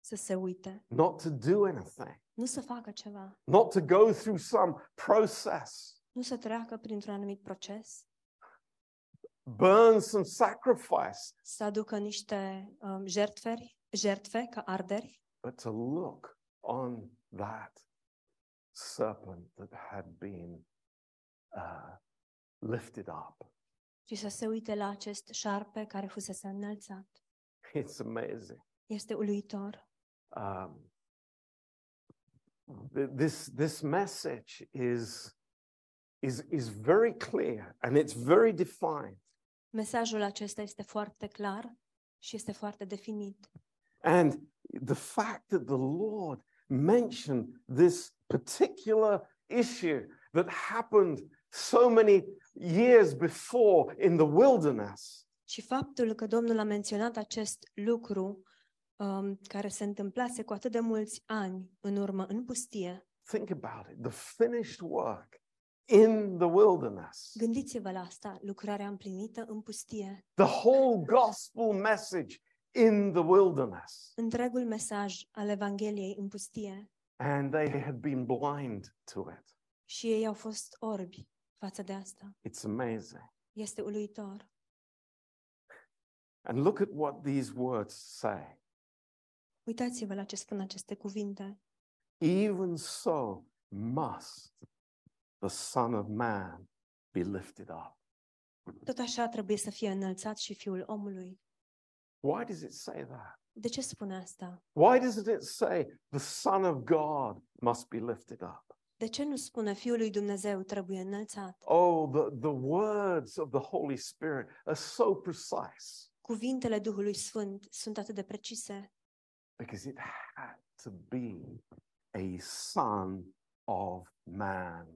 Speaker 2: să se uite,
Speaker 3: not to do anything,
Speaker 2: nu să facă ceva,
Speaker 3: not to go through some process.
Speaker 2: nu să treacă printr-un anumit proces,
Speaker 3: burn some sacrifice,
Speaker 2: să aducă niște um, jertferi, jertfe ca arderi,
Speaker 3: but to look on that serpent that had been uh, lifted up.
Speaker 2: ci să se uite la acest șarpe care fusese înălțat.
Speaker 3: It's amazing.
Speaker 2: Este uluitor.
Speaker 3: Um, th- this this message is is is very clear and it's very defined.
Speaker 2: Mesajul acesta este foarte clar și este foarte definit.
Speaker 3: And the fact that the Lord mentioned this particular issue that happened so many years before in the wilderness
Speaker 2: Și faptul că Domnul a menționat acest lucru um, care se întâmplase cu atât de mulți ani în urmă în pustie,
Speaker 3: think about it the finished work in the wilderness
Speaker 2: gândiți-vă la asta, lucrarea împlinită în pustie,
Speaker 3: the whole gospel message in the wilderness
Speaker 2: întregul mesaj al Evangheliei în pustie
Speaker 3: and they had been blind to it
Speaker 2: și ei au fost orbi față de asta.
Speaker 3: it's amazing
Speaker 2: Este uluitor.
Speaker 3: and look at what these words say
Speaker 2: Uitați-vă la ce spun aceste cuvinte.
Speaker 3: Even so must the Son of Man be lifted up.
Speaker 2: Tot așa trebuie să fie înălțat și Fiul omului.
Speaker 3: Why does it say that?
Speaker 2: De ce spune asta?
Speaker 3: Why doesn't it say the Son of God must be lifted up?
Speaker 2: De ce nu spune Fiul lui Dumnezeu trebuie înălțat?
Speaker 3: Oh, the, the words of the Holy Spirit are so precise
Speaker 2: Cuvintele Duhului Sfânt sunt atât de precise
Speaker 3: because it had to be a Son of Man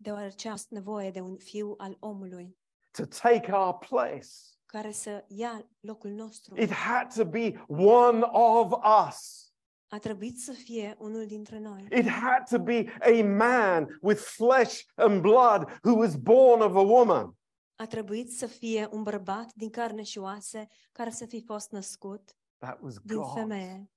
Speaker 2: deoarece a nevoie de un fiu al omului
Speaker 3: to take our place.
Speaker 2: care să ia locul nostru.
Speaker 3: It had to be one of us.
Speaker 2: A trebuit să fie unul dintre noi.
Speaker 3: It had to be a man with flesh and blood who was born of a woman.
Speaker 2: A trebuit să fie un bărbat din carne și oase care să fi fost născut
Speaker 3: That was
Speaker 2: din
Speaker 3: God's
Speaker 2: femeie.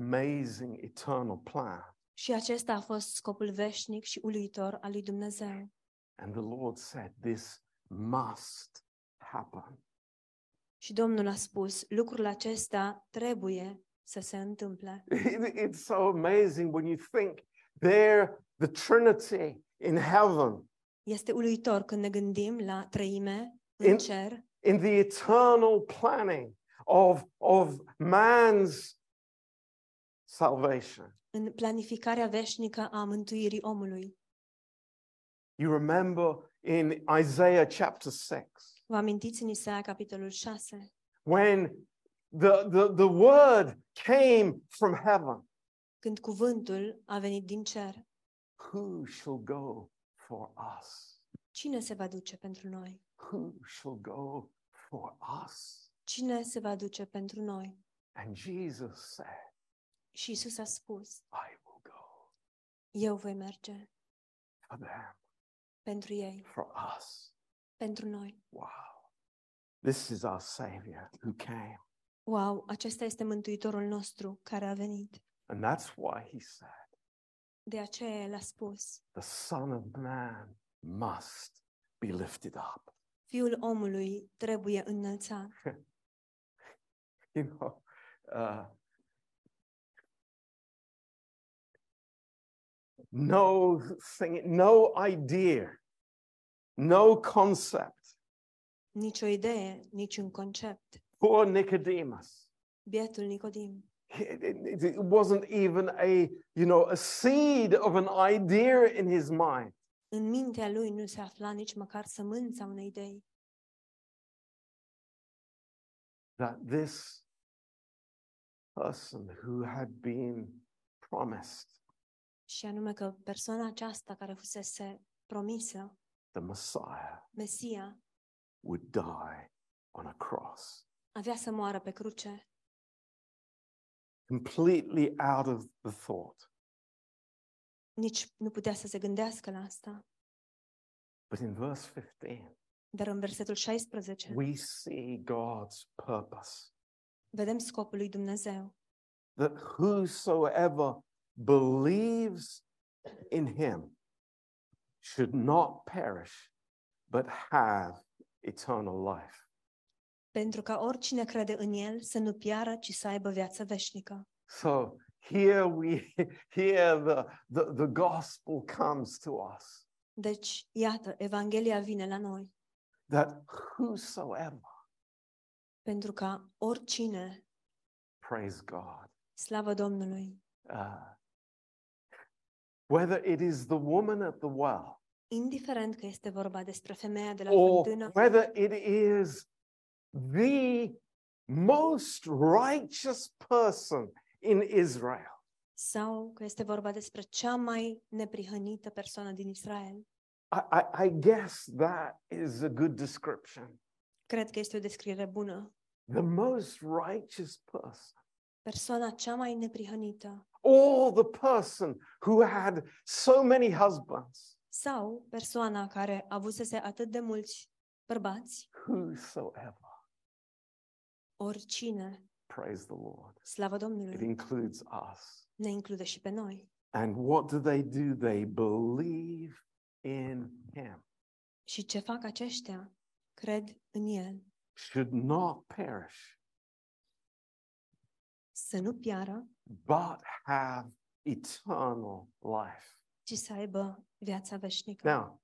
Speaker 3: amazing eternal plan.
Speaker 2: Și acesta a fost scopul veșnic și uluitor al lui Dumnezeu.
Speaker 3: And the Lord said, This must happen.
Speaker 2: Și Domnul a spus, lucrul acesta trebuie să se întâmple.
Speaker 3: It- it's so amazing when you think there, the Trinity in heaven,
Speaker 2: Este uluitor când ne gândim la trăime în
Speaker 3: În-
Speaker 2: cer,
Speaker 3: in the eternal planning of, of man's salvation.
Speaker 2: în planificarea veșnică a mântuirii omului.
Speaker 3: You remember in Isaiah chapter 6.
Speaker 2: Vă amintiți în Isaia, capitolul 6,
Speaker 3: when the, the, the word came from heaven
Speaker 2: când cuvântul a venit din cer.
Speaker 3: who shall go for us
Speaker 2: Cine se va duce pentru noi?
Speaker 3: who shall go for us
Speaker 2: Cine se va duce pentru noi?
Speaker 3: and jesus said
Speaker 2: Și Isus a spus,
Speaker 3: i will go
Speaker 2: eu voi merge
Speaker 3: for them
Speaker 2: pentru ei,
Speaker 3: for us
Speaker 2: pentru noi.
Speaker 3: wow this is our savior who came
Speaker 2: Wow, acesta este Mântuitorul nostru care a venit.
Speaker 3: and that's why he said
Speaker 2: De aceea el a spus,
Speaker 3: the son of man must be lifted up.
Speaker 2: Fiul omului trebuie înălțat.
Speaker 3: You know, uh, no thing, no idea, no concept.
Speaker 2: Nici o idee, niciun concept.
Speaker 3: Poor Nicodemus.
Speaker 2: Bietul Nicodim.
Speaker 3: It, it- it wasn't even a, you know, a seed of an idea in his mind.
Speaker 2: În mintea lui nu se afla nici măcar sămânța unei idei.
Speaker 3: that this person who had been promised
Speaker 2: Și anume că persoana aceasta care fusese promisă,
Speaker 3: the Messiah
Speaker 2: Mesia,
Speaker 3: would die on a cross,
Speaker 2: avea să moară pe cruce,
Speaker 3: completely out of the thought.
Speaker 2: nici nu putea să se gândească la asta.
Speaker 3: But in verse 15,
Speaker 2: Dar în versetul 16
Speaker 3: we see God's purpose
Speaker 2: vedem scopul lui Dumnezeu.
Speaker 3: that whosoever believes in him should not perish, but have eternal life.
Speaker 2: Pentru ca oricine crede în el să nu piară, ci să aibă viață veșnică.
Speaker 3: So here we here the, the, the gospel comes to us
Speaker 2: Deci, iată, Evanghelia vine la noi,
Speaker 3: that whosoever
Speaker 2: pentru ca oricine,
Speaker 3: praise God,
Speaker 2: slavă Domnului,
Speaker 3: uh, whether it is the woman at the well
Speaker 2: indiferent că este vorba despre femeia de la
Speaker 3: or
Speaker 2: fântână
Speaker 3: whether it is the most righteous person in Israel,
Speaker 2: sau că este vorba despre cea mai neprihănită persoană din Israel.
Speaker 3: I, I, I guess that is a good description.
Speaker 2: Cred că este o descriere bună.
Speaker 3: The most righteous person.
Speaker 2: Persoana cea mai neprihănită
Speaker 3: or the person who had so many husbands,
Speaker 2: sau persoana care avusese atât de mulți bărbați,
Speaker 3: whosoever,
Speaker 2: oricine,
Speaker 3: praise the Lord.
Speaker 2: slavă
Speaker 3: It
Speaker 2: Domnului,
Speaker 3: includes us.
Speaker 2: ne include și pe noi.
Speaker 3: And what do they do? They believe in him,
Speaker 2: Și ce fac aceștia? Cred în El.
Speaker 3: should not perish,
Speaker 2: Să nu piară,
Speaker 3: but have eternal life.
Speaker 2: ci să aibă viața veșnică.
Speaker 3: Now,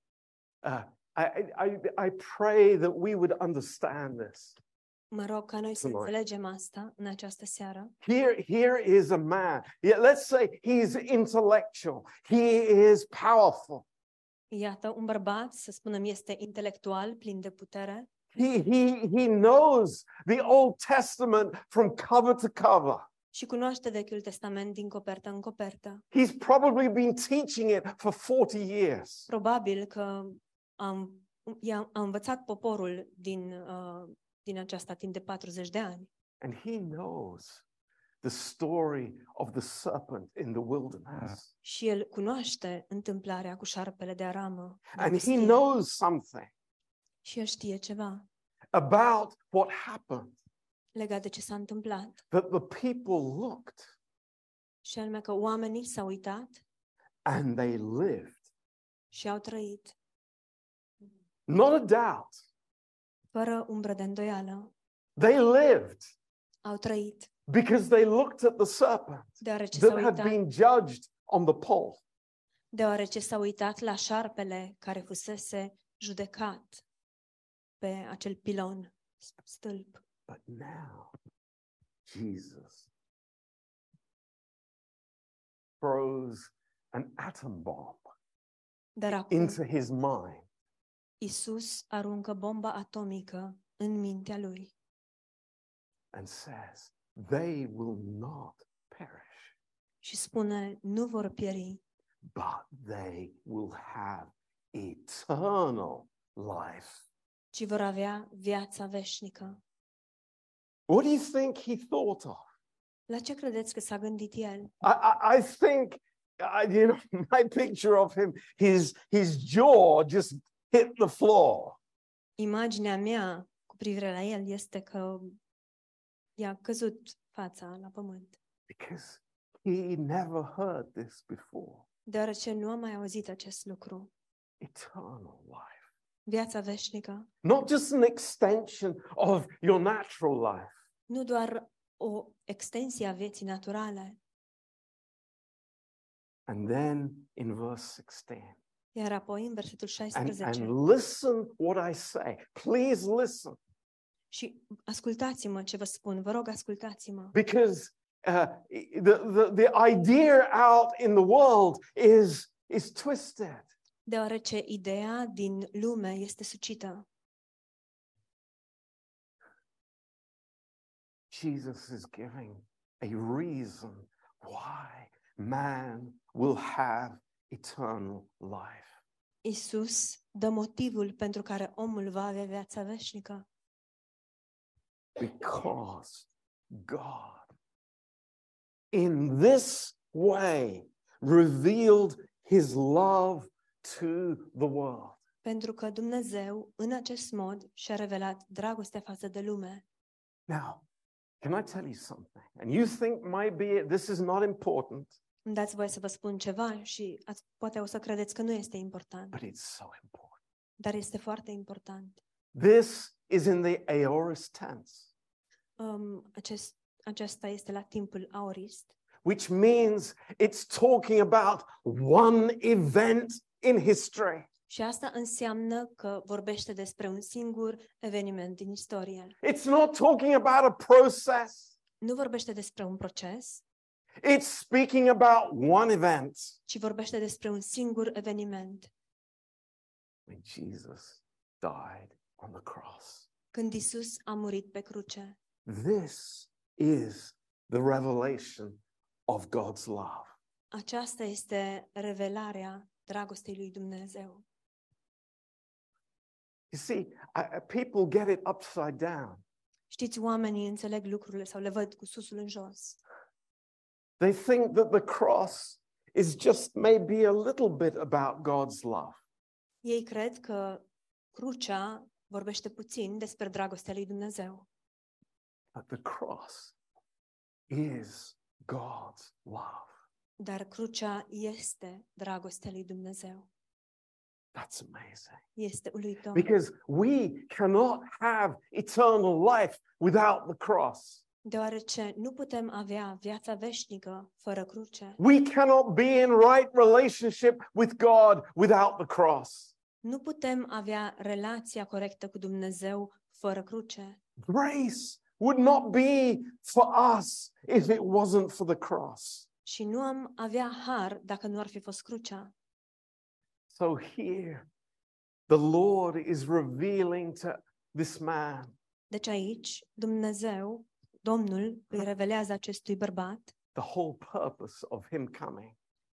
Speaker 3: uh, I, I, I- I pray that we would understand this.
Speaker 2: Mă rog ca noi să
Speaker 3: Lord.
Speaker 2: înțelegem asta în această seară.
Speaker 3: Here, here is a man. Yeah, let's say he's intellectual, he is powerful.
Speaker 2: Iată, un bărbat, să spunem, este intelectual, plin de putere.
Speaker 3: He, he, he knows the Old Testament from cover to cover.
Speaker 2: Și cunoaște Vechiul Testament din copertă în copertă.
Speaker 3: He's probably been teaching it for 40 years.
Speaker 2: Probabil că am, i-a, a învățat poporul din, uh, din aceasta timp de 40 de ani.
Speaker 3: And he knows the story of the serpent in the wilderness.
Speaker 2: Și el cunoaște întâmplarea cu șarpele de aramă. din
Speaker 3: And he
Speaker 2: pustie.
Speaker 3: knows something
Speaker 2: Și el știe ceva
Speaker 3: about what happened
Speaker 2: legat de ce s-a întâmplat.
Speaker 3: that the people looked
Speaker 2: Și anume că oamenii s-au uitat
Speaker 3: and they lived.
Speaker 2: și au trăit,
Speaker 3: Not a doubt,
Speaker 2: fără umbră de îndoială.
Speaker 3: they lived
Speaker 2: Au trăit,
Speaker 3: because they looked at the serpent
Speaker 2: deoarece s-au
Speaker 3: that had
Speaker 2: uitat
Speaker 3: been judged on the pole.
Speaker 2: deoarece s-a uitat la șarpele care fusese judecat pe acel pilon, st- stâlp.
Speaker 3: But now, Jesus throws an atom bomb
Speaker 2: Dar acum
Speaker 3: into his mind
Speaker 2: Isus aruncă bomba atomică în mintea lui
Speaker 3: and says, They will not perish,
Speaker 2: și spune, nu vor pieri,
Speaker 3: but they will have eternal life.
Speaker 2: ci vor avea viața veșnică.
Speaker 3: What do you think he thought of?
Speaker 2: La ce credeți că s-a gândit el?
Speaker 3: I, I, I think, I, you know, my picture of him, his, his jaw just hit the floor.
Speaker 2: Imaginea mea cu privire la el este că i-a căzut fața la pământ,
Speaker 3: because he never heard this before.
Speaker 2: deoarece nu a mai auzit acest lucru,
Speaker 3: Eternal life.
Speaker 2: viața veșnică,
Speaker 3: not just an extension of your natural life,
Speaker 2: nu doar o extensie a vieții naturale.
Speaker 3: And then in verse 16,
Speaker 2: Iar apoi, în versetul
Speaker 3: and,
Speaker 2: 16,
Speaker 3: and listen what I say. Please listen,
Speaker 2: și ascultați-mă ce vă spun, vă rog, ascultați-mă.
Speaker 3: because uh, the, the, the idea out in the world is, is twisted.
Speaker 2: Deoarece ideea din lume este sucită.
Speaker 3: Jesus is giving a reason why man will have eternal life.
Speaker 2: Isus dă motivul pentru care omul va avea viața veșnică,
Speaker 3: because God, in this way, revealed his love to the world.
Speaker 2: pentru că Dumnezeu, în acest mod, și-a revelat dragostea față de lume.
Speaker 3: Now, can I tell you something? And you think might be this is not important,
Speaker 2: Îmi dați voie să vă spun ceva și ați, poate o să credeți că nu este important,
Speaker 3: but it's so important.
Speaker 2: dar este foarte important.
Speaker 3: This is in the aorist tense,
Speaker 2: Um, acest, aceasta este la timpul aorist,
Speaker 3: which means it's talking about one event in history.
Speaker 2: Și asta înseamnă că vorbește despre un singur eveniment din istorie.
Speaker 3: It's not talking about a process.
Speaker 2: Nu vorbește despre un proces,
Speaker 3: It's speaking about one event
Speaker 2: ci vorbește despre un singur eveniment,
Speaker 3: when Jesus died on the cross.
Speaker 2: când Isus a murit pe cruce.
Speaker 3: This is the revelation of God's love.
Speaker 2: Aceasta este revelarea dragostei lui Dumnezeu.
Speaker 3: You see, I, I- people get it upside down.
Speaker 2: Știți, oamenii înțeleg lucrurile sau le văd cu susul în jos.
Speaker 3: They think that the cross is just maybe a little bit about God's love.
Speaker 2: Ei cred că crucea vorbește puțin despre dragostea lui Dumnezeu,
Speaker 3: But the cross is God's love.
Speaker 2: dar crucea este dragostea lui Dumnezeu.
Speaker 3: That's amazing.
Speaker 2: Este uluitor.
Speaker 3: Because we cannot have eternal life without the cross.
Speaker 2: Deoarece nu putem avea viața veșnică fără cruce.
Speaker 3: We cannot be in right relationship with God without the cross.
Speaker 2: Nu putem avea relația corectă cu Dumnezeu fără cruce.
Speaker 3: Grace would not be for us if it wasn't for the cross.
Speaker 2: Și nu am avea har dacă nu ar fi fost crucea.
Speaker 3: So here, the Lord is revealing to this man
Speaker 2: Deci aici, Dumnezeu, Domnul, îi revelează acestui bărbat
Speaker 3: the whole purpose of him coming.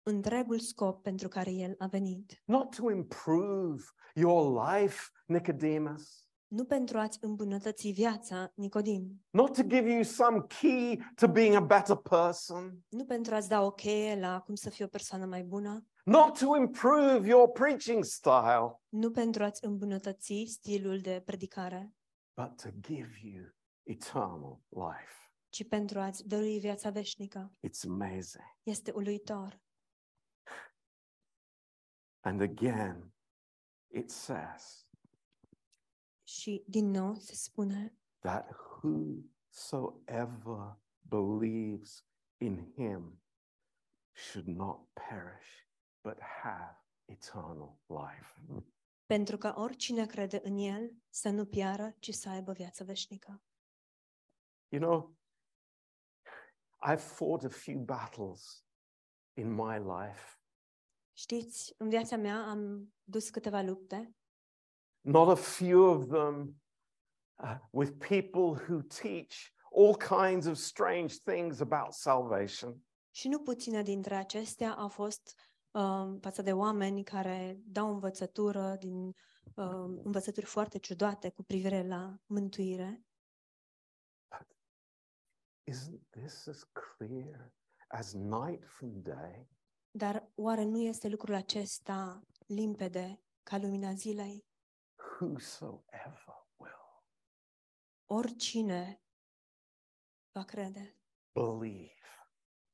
Speaker 2: întregul scop pentru care el a venit.
Speaker 3: Not to improve your life, Nicodemus,
Speaker 2: Nu pentru a-ți îmbunătăți viața, Nicodim.
Speaker 3: not to give you some key to being a better person.
Speaker 2: Nu pentru a-ți da o cheie la cum să fii o persoană mai bună.
Speaker 3: not to improve your preaching style,
Speaker 2: Nu pentru a-ți îmbunătăți stilul de predicare.
Speaker 3: but to give you eternal life.
Speaker 2: ci pentru a-ți dărui viața veșnică.
Speaker 3: It's amazing.
Speaker 2: Este uluitor.
Speaker 3: And again, it says
Speaker 2: Și din nou se spune
Speaker 3: that whosoever believes in him should not perish, but have eternal life.
Speaker 2: pentru ca oricine crede în el să nu piară, ci să aibă viață veșnică.
Speaker 3: You know, I've fought a few battles in my life,
Speaker 2: Știți, în viața mea am dus câteva lupte,
Speaker 3: not a few of them uh, with people who teach all kinds of strange things about salvation.
Speaker 2: și nu puține dintre acestea au fost um, față de oameni care dau învățătură din um, învățături foarte ciudate cu privire la mântuire.
Speaker 3: Isn't this as clear as night from day?
Speaker 2: Dar oare nu este lucrul acesta limpede ca lumina zilei?
Speaker 3: Whosoever will
Speaker 2: oricine va crede,
Speaker 3: believe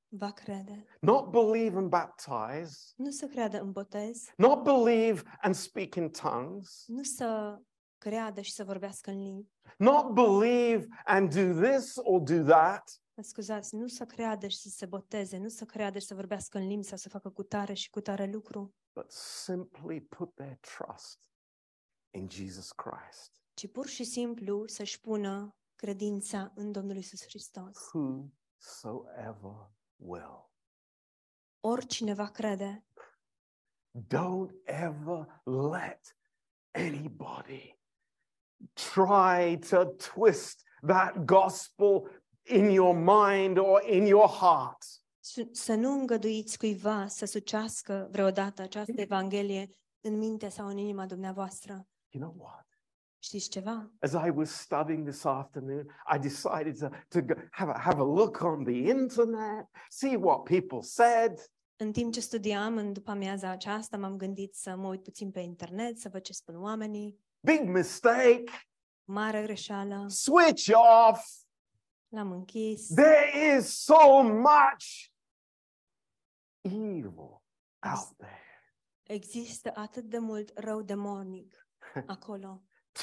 Speaker 2: va crede.
Speaker 3: not believe and baptize,
Speaker 2: Nu să creadă în botez,
Speaker 3: not believe and speak in tongues,
Speaker 2: nu să creadă și să vorbească în limbi.
Speaker 3: not believe and do this or do that,
Speaker 2: Mă Scuzați, nu să creadă și să se boteze, nu să creadă și să vorbească în limbi sau să facă cu tare și cu tare lucru,
Speaker 3: but simply put their trust in Jesus Christ,
Speaker 2: ci pur și simplu să-și pună credința în Domnul Isus Hristos.
Speaker 3: whosoever will.
Speaker 2: Oricine va crede,
Speaker 3: Don't ever let anybody try to twist that gospel in your mind or in your heart.
Speaker 2: Să- Să nu îngăduiți cuiva să sucească vreodată această Evanghelie în mintea sau în inima dumneavoastră.
Speaker 3: You know what?
Speaker 2: Știți ceva?
Speaker 3: As I was studying this afternoon, I decided to, to go, have, a, have a look on the internet, see what people said.
Speaker 2: În timp ce studiam în după amiaza aceasta, m-am gândit să mă uit puțin pe internet, să văd ce spun oamenii.
Speaker 3: Big mistake.
Speaker 2: Mare greșeală,
Speaker 3: Switch off.
Speaker 2: l-am închis.
Speaker 3: There is so much evil out there.
Speaker 2: Există atât de mult rău demonic acolo.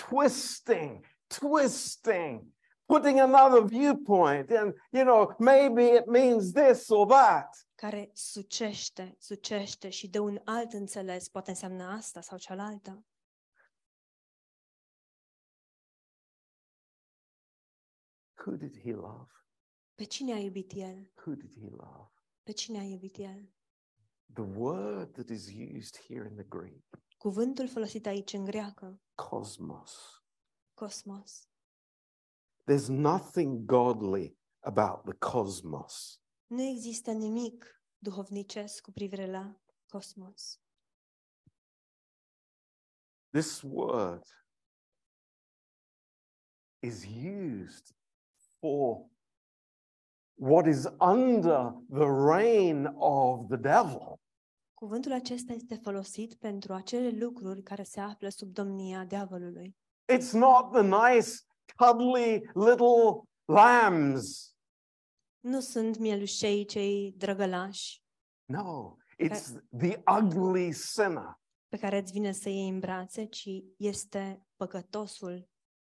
Speaker 3: twisting, twisting, putting another viewpoint. And, you know, maybe it means this or that.
Speaker 2: care sucește, sucește și dă un alt înțeles, poate înseamnă asta sau cealaltă.
Speaker 3: Who did he love?
Speaker 2: Pe cine a iubit el?
Speaker 3: Who did he love?
Speaker 2: Pe cine a iubit el?
Speaker 3: The word that is used here in the Greek,
Speaker 2: Cuvântul folosit aici în greacă,
Speaker 3: cosmos.
Speaker 2: cosmos.
Speaker 3: There's nothing godly about the cosmos.
Speaker 2: Nu există nimic duhovnicesc cu privire la cosmos.
Speaker 3: This word is used for what is under the reign of the devil.
Speaker 2: Cuvântul acesta este folosit pentru acele lucruri care se află sub domnia diavolului.
Speaker 3: It's not the nice, cuddly little lambs.
Speaker 2: Nu sunt mielușei cei drăgălași
Speaker 3: No, it's the ugly sinner.
Speaker 2: pe care îți vine să iei în brațe, ci este păcătosul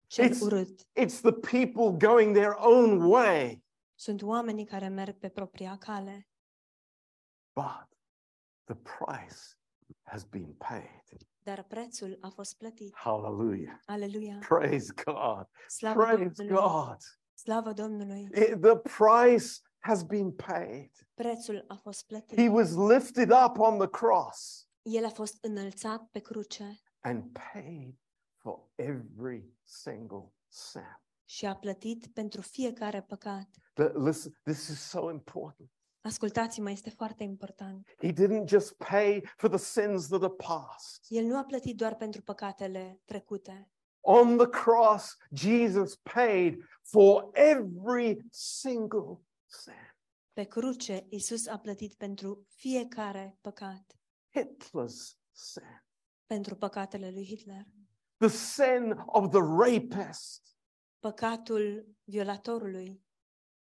Speaker 2: cel
Speaker 3: It's-
Speaker 2: urât.
Speaker 3: It's the people going their own way.
Speaker 2: Sunt oamenii care merg pe propria cale,
Speaker 3: But the price has been paid.
Speaker 2: dar prețul a fost plătit.
Speaker 3: Hallelujah.
Speaker 2: Aleluia!
Speaker 3: Praise God.
Speaker 2: Slavă
Speaker 3: Praise
Speaker 2: Domnului!
Speaker 3: God.
Speaker 2: Slavă Domnului!
Speaker 3: It- the price has been paid.
Speaker 2: Prețul a fost plătit.
Speaker 3: He was lifted up on the cross
Speaker 2: El a fost înălțat pe cruce
Speaker 3: and paid for every single sin.
Speaker 2: și a plătit pentru fiecare păcat.
Speaker 3: Th- Listen, this is so important.
Speaker 2: Ascultați-mă, este foarte important.
Speaker 3: He didn't just pay for the sins that are past.
Speaker 2: El nu a plătit doar pentru păcatele trecute.
Speaker 3: On the cross, Jesus paid for every single sin.
Speaker 2: Pe cruce, Isus a plătit pentru fiecare păcat.
Speaker 3: Hitler's sin,
Speaker 2: Pentru păcatele lui Hitler,
Speaker 3: the sin of the rapist,
Speaker 2: păcatul violatorului,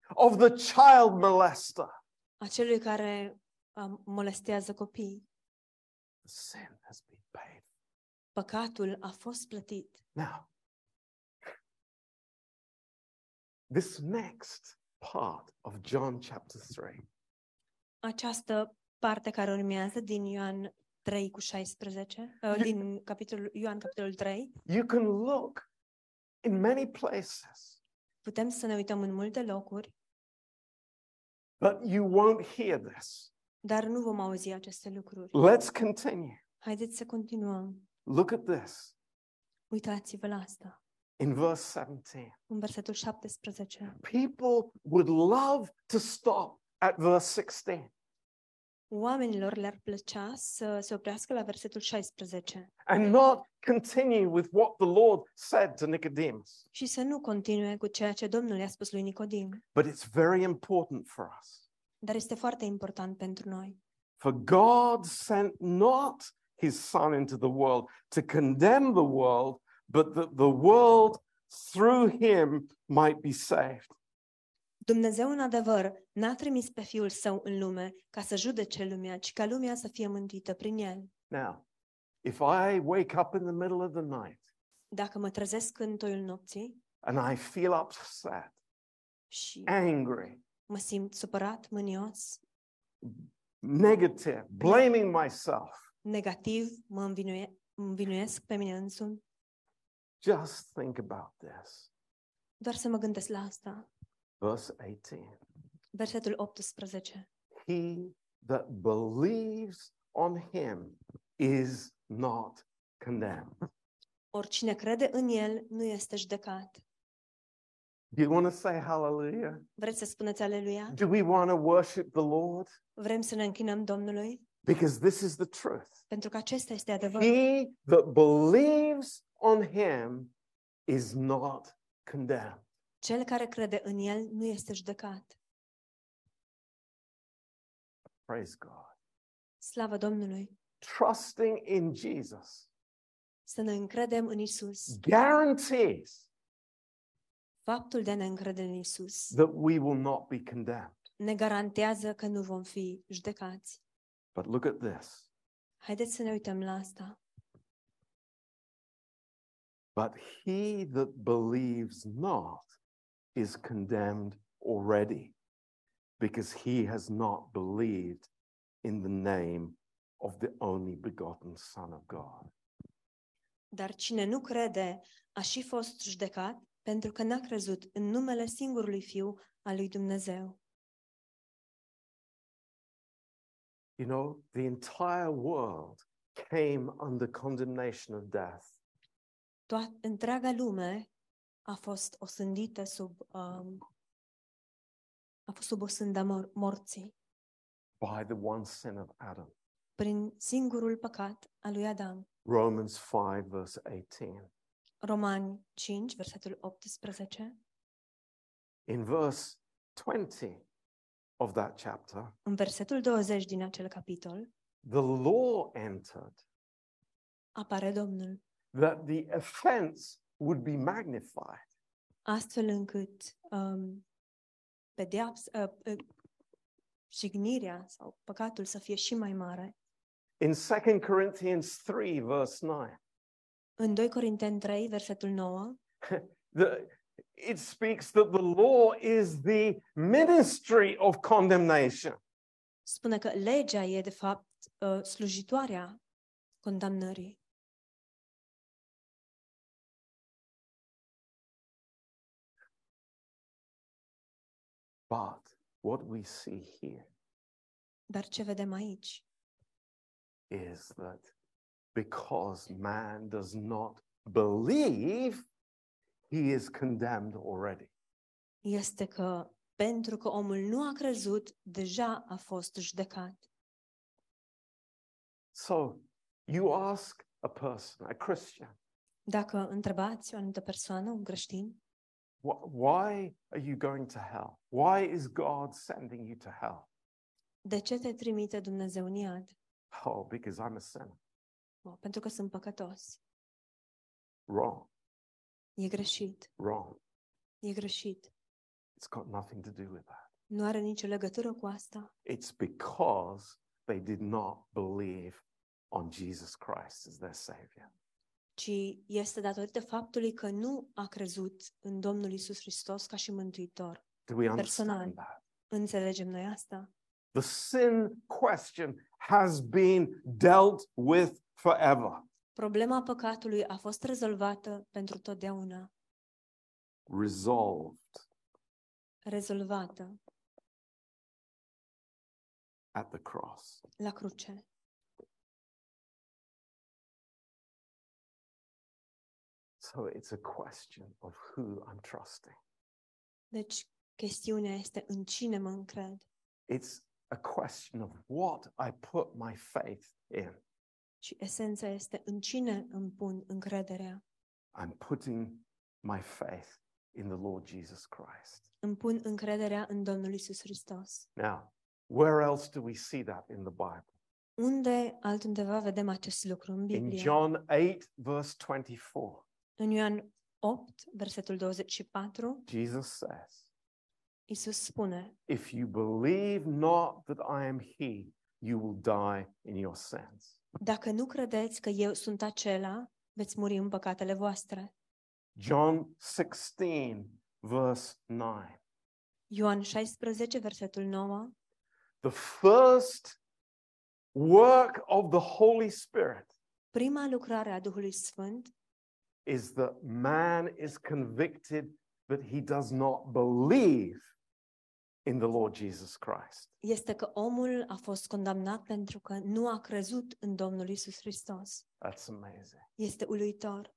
Speaker 3: of the child molester.
Speaker 2: acelui care um, molestează copii.
Speaker 3: The sin has been paid.
Speaker 2: Păcatul a fost plătit.
Speaker 3: Now, this next part of John chapter 3
Speaker 2: Această parte care urmează din Ioan 3 cu 16, uh, din capitolul, Ioan capitolul 3,
Speaker 3: you can look in many places,
Speaker 2: putem să ne uităm în multe locuri,
Speaker 3: but you won't hear this.
Speaker 2: dar nu vom auzi aceste lucruri.
Speaker 3: Let's continue.
Speaker 2: Haideți să continuăm.
Speaker 3: Look at this
Speaker 2: Uitați-vă la asta.
Speaker 3: in verse 17.
Speaker 2: În versetul 17.
Speaker 3: People would love to stop at verse 16
Speaker 2: Oamenilor le-ar plăcea să se oprească la versetul 16
Speaker 3: and not continue with what the Lord said to Nicodemus.
Speaker 2: și să nu continue cu ceea ce Domnul i-a spus lui Nicodim.
Speaker 3: But it's very important for us.
Speaker 2: Dar este foarte important pentru noi.
Speaker 3: For God sent not his Son into the world to condemn the world, but that the world through him might be saved.
Speaker 2: Dumnezeu în adevăr n-a trimis pe Fiul Său în lume ca să judece lumea, ci ca lumea să fie mântuită prin El.
Speaker 3: Now, if I wake up in the middle of the night
Speaker 2: Dacă mă trezesc în toiul nopții
Speaker 3: and I feel upset,
Speaker 2: și
Speaker 3: angry,
Speaker 2: mă simt supărat, mânios,
Speaker 3: negative, blaming myself,
Speaker 2: negativ, mă învinuie, învinuiesc pe mine însumi,
Speaker 3: just think about this.
Speaker 2: doar să mă gândesc la asta.
Speaker 3: Verse 18
Speaker 2: Versetul 18.
Speaker 3: He that believes on him is not condemned.
Speaker 2: Oricine crede în El nu este judecat.
Speaker 3: Do you want to say hallelujah?
Speaker 2: Vreți să spuneți aleluia?
Speaker 3: Do we want to worship the Lord?
Speaker 2: Vrem să ne închinăm Domnului?
Speaker 3: Because this is the truth.
Speaker 2: Pentru că acesta este adevărul.
Speaker 3: He that believes on him is not condemned.
Speaker 2: Cel care crede în El nu este judecat.
Speaker 3: Praise God.
Speaker 2: Slavă Domnului!
Speaker 3: Trusting in Jesus
Speaker 2: Să ne încredem în Isus.
Speaker 3: Da. guarantees
Speaker 2: Faptul de a ne încrede în Isus
Speaker 3: that we will not be condemned.
Speaker 2: ne garantează că nu vom fi judecați.
Speaker 3: But look at this.
Speaker 2: Haideți să ne uităm la asta.
Speaker 3: But he that believes not is condemned already because he has not believed in the name of the only begotten Son of God.
Speaker 2: Dar cine nu crede a și fost judecat pentru că n-a crezut în numele singurului Fiu al lui Dumnezeu.
Speaker 3: You know, the entire world came under condemnation of death
Speaker 2: Toată întreaga lume a fost osândită sub um, a fost sub osânda mor- morții
Speaker 3: by the one sin of Adam.
Speaker 2: prin singurul păcat al lui Adam.
Speaker 3: Romans 5, verse 18.
Speaker 2: Romani 5, versetul 18.
Speaker 3: In verse 20 of that chapter,
Speaker 2: În versetul 20 din acel capitol
Speaker 3: the law entered
Speaker 2: apare Domnul,
Speaker 3: that the offense would be magnified.
Speaker 2: astfel încât um, pedeaps, uh, uh, jignirea sau păcatul să fie și mai mare.
Speaker 3: In 2 Corinthians 3, verse 9,
Speaker 2: În 2 Corinteni 3, versetul 9,
Speaker 3: the, it speaks that the law is the ministry of condemnation.
Speaker 2: spune că legea e, de fapt, uh, slujitoarea condamnării.
Speaker 3: But what we see here
Speaker 2: Dar ce vedem aici?
Speaker 3: is that because man does not believe, he is condemned already.
Speaker 2: Este că pentru că omul nu a crezut, deja a fost judecat.
Speaker 3: So you ask a person, a Christian,
Speaker 2: Dacă întrebați o anumită persoană, un creștin,
Speaker 3: "Wh- why are you going to hell? Why is God sending you to hell?
Speaker 2: de ce te trimite Dumnezeu în iad?
Speaker 3: Oh, because I'm a sinner.
Speaker 2: Mă, Oh, Pentru că sunt păcătos.
Speaker 3: Wrong,
Speaker 2: E greșit.
Speaker 3: wrong.
Speaker 2: E greșit.
Speaker 3: It's got nothing to do with that.
Speaker 2: Nu are nicio legătură cu asta.
Speaker 3: It's because they did not believe on Jesus Christ as their Savior.
Speaker 2: ci este datorită faptului că nu a crezut în Domnul Isus Hristos ca și Mântuitor.
Speaker 3: Do we
Speaker 2: Personal.
Speaker 3: understand that?
Speaker 2: Înțelegem noi asta?
Speaker 3: The sin question has been dealt with forever.
Speaker 2: Problema păcatului a fost rezolvată pentru totdeauna.
Speaker 3: Resolved
Speaker 2: Rezolvată
Speaker 3: at the cross.
Speaker 2: la cruce.
Speaker 3: So it's a question of who I'm trusting.
Speaker 2: Deci, chestiunea este în cine mă încred.
Speaker 3: It's a question of what I put my faith in.
Speaker 2: Și esența este în cine îmi pun încrederea.
Speaker 3: I'm putting my faith in the Lord Jesus Christ.
Speaker 2: Îmi pun încrederea în Domnul Isus Hristos.
Speaker 3: Now, where else do we see that in the Bible?
Speaker 2: Unde altundeva vedem acest lucru în
Speaker 3: In
Speaker 2: Biblie?
Speaker 3: John 8, verse 24,
Speaker 2: În Ioan 8, versetul 24,
Speaker 3: Jesus says,
Speaker 2: Isus spune,
Speaker 3: If you believe not that I am He, you will die in your sins.
Speaker 2: dacă nu credeți că eu sunt acela, veți muri în păcatele voastre.
Speaker 3: John 16, verse 9.
Speaker 2: Ioan 16, versetul 9.
Speaker 3: The first work of the Holy Spirit
Speaker 2: Prima lucrare a Duhului Sfânt
Speaker 3: is that man is convicted that he does not believe in the Lord Jesus Christ.
Speaker 2: este că omul a fost condamnat pentru că nu a crezut în Domnul Isus Hristos.
Speaker 3: That's amazing.
Speaker 2: Este uluitor.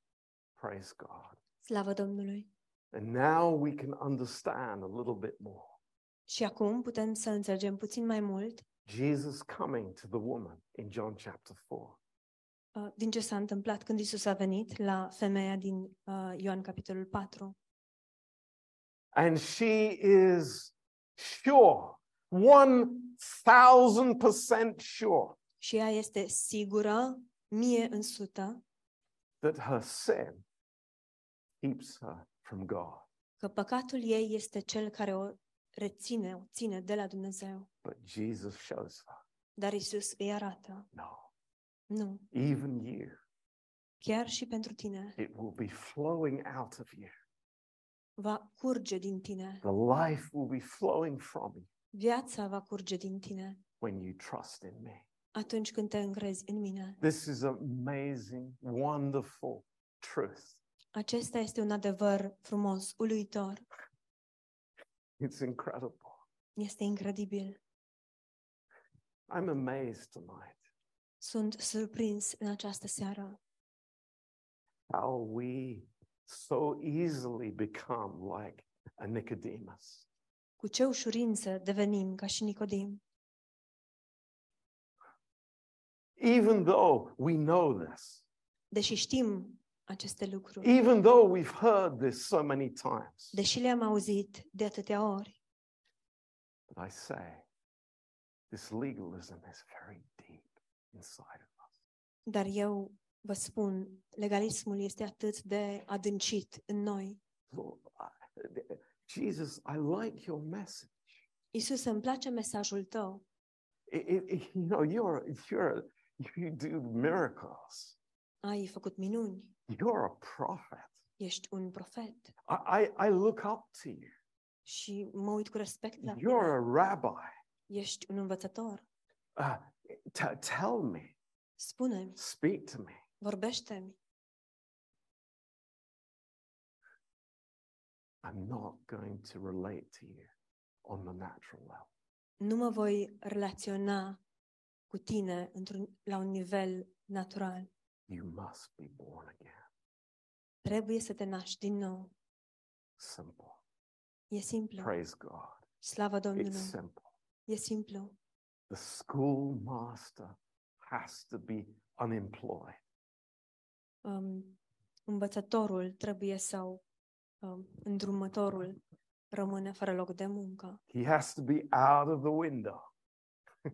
Speaker 3: Praise God.
Speaker 2: Slavă Domnului!
Speaker 3: And now we can understand a little bit more.
Speaker 2: Și acum putem să înțelegem puțin mai mult
Speaker 3: Jesus coming to the woman in John chapter 4.
Speaker 2: uh, din ce s-a întâmplat când Isus a venit la femeia din uh, Ioan capitolul 4.
Speaker 3: And she is sure, 1000% sure,
Speaker 2: Și ea este sigură, mie în sută,
Speaker 3: that her sin keeps her from God.
Speaker 2: că păcatul ei este cel care o reține, o ține de la Dumnezeu.
Speaker 3: But Jesus shows her,
Speaker 2: Dar Isus îi arată,
Speaker 3: no,
Speaker 2: nu,
Speaker 3: even you,
Speaker 2: chiar și pentru tine
Speaker 3: it will be flowing out of you.
Speaker 2: va curge din tine.
Speaker 3: The life will be flowing from you
Speaker 2: Viața va curge din tine
Speaker 3: when you trust in me.
Speaker 2: atunci când te încrezi în mine.
Speaker 3: This is amazing, wonderful truth.
Speaker 2: Acesta este un adevăr frumos, uluitor,
Speaker 3: It's incredible.
Speaker 2: este incredibil.
Speaker 3: I'm amazed tonight
Speaker 2: Sunt surprins în această seară
Speaker 3: how we so easily become like a Nicodemus.
Speaker 2: cu ce ușurință devenim ca și Nicodim,
Speaker 3: Even though we know this,
Speaker 2: deși știm aceste lucruri,
Speaker 3: even though we've heard this so many times,
Speaker 2: deși le-am auzit de atâtea ori.
Speaker 3: but I say this legalism is very deep inside of us.
Speaker 2: Dar eu vă spun, legalismul este atât de adâncit în noi.
Speaker 3: Lord, I- Jesus, I like your message.
Speaker 2: Isus, îmi place mesajul tău.
Speaker 3: It- it- it- you know, you're, you're, you do miracles.
Speaker 2: Ai făcut minuni,
Speaker 3: You're a prophet.
Speaker 2: ești un profet
Speaker 3: I, I, I look up to you.
Speaker 2: și mă uit cu respect la tine.
Speaker 3: You're a rabbi.
Speaker 2: Ești un învățător.
Speaker 3: Uh, t- tell me,
Speaker 2: Spune-mi,
Speaker 3: speak to me.
Speaker 2: vorbește-mi.
Speaker 3: I'm not going to relate to you on the natural level.
Speaker 2: Nu mă voi relaționa cu tine într-un, la un nivel natural.
Speaker 3: You must be born again.
Speaker 2: Trebuie să te naști din nou.
Speaker 3: Simple.
Speaker 2: E simplu.
Speaker 3: Praise God.
Speaker 2: Slavă
Speaker 3: It's
Speaker 2: Domnului.
Speaker 3: simple.
Speaker 2: E simplu.
Speaker 3: The schoolmaster has to be unemployed.
Speaker 2: Um, învățătorul trebuie sau um, îndrumătorul rămâne fără loc de muncă,
Speaker 3: He has to be out of the window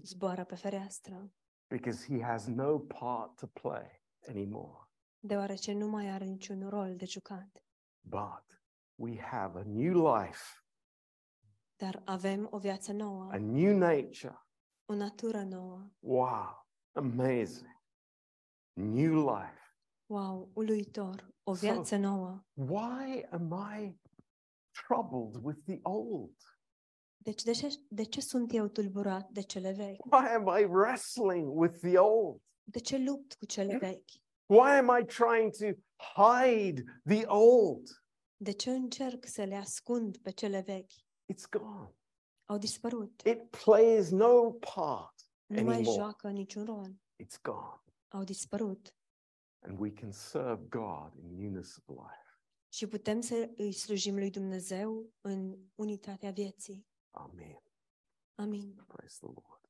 Speaker 2: zboară pe fereastră,
Speaker 3: because he has no part to play anymore.
Speaker 2: deoarece nu mai are niciun rol de jucat.
Speaker 3: But we have a new life,
Speaker 2: Dar avem o viață nouă,
Speaker 3: a new nature.
Speaker 2: o natură nouă.
Speaker 3: Wow, amazing. New life.
Speaker 2: Wow, uluitor, o
Speaker 3: So-
Speaker 2: viață nouă.
Speaker 3: Why am I troubled with the old?
Speaker 2: Deci de ce, de ce sunt eu tulburat de cele vechi?
Speaker 3: Why am I wrestling with the old?
Speaker 2: De ce lupt cu cele vechi?
Speaker 3: Why am I trying to hide the old?
Speaker 2: De ce încerc să le ascund pe cele vechi?
Speaker 3: It's gone.
Speaker 2: Au dispărut.
Speaker 3: It plays no part.
Speaker 2: Nu mai
Speaker 3: anymore.
Speaker 2: joacă niciun rol.
Speaker 3: It's gone.
Speaker 2: Au dispărut.
Speaker 3: And we can serve God in newness of life.
Speaker 2: Și putem să îi slujim lui Dumnezeu în unitatea vieții.
Speaker 3: Amen.
Speaker 2: Amin.
Speaker 3: Praise the Lord.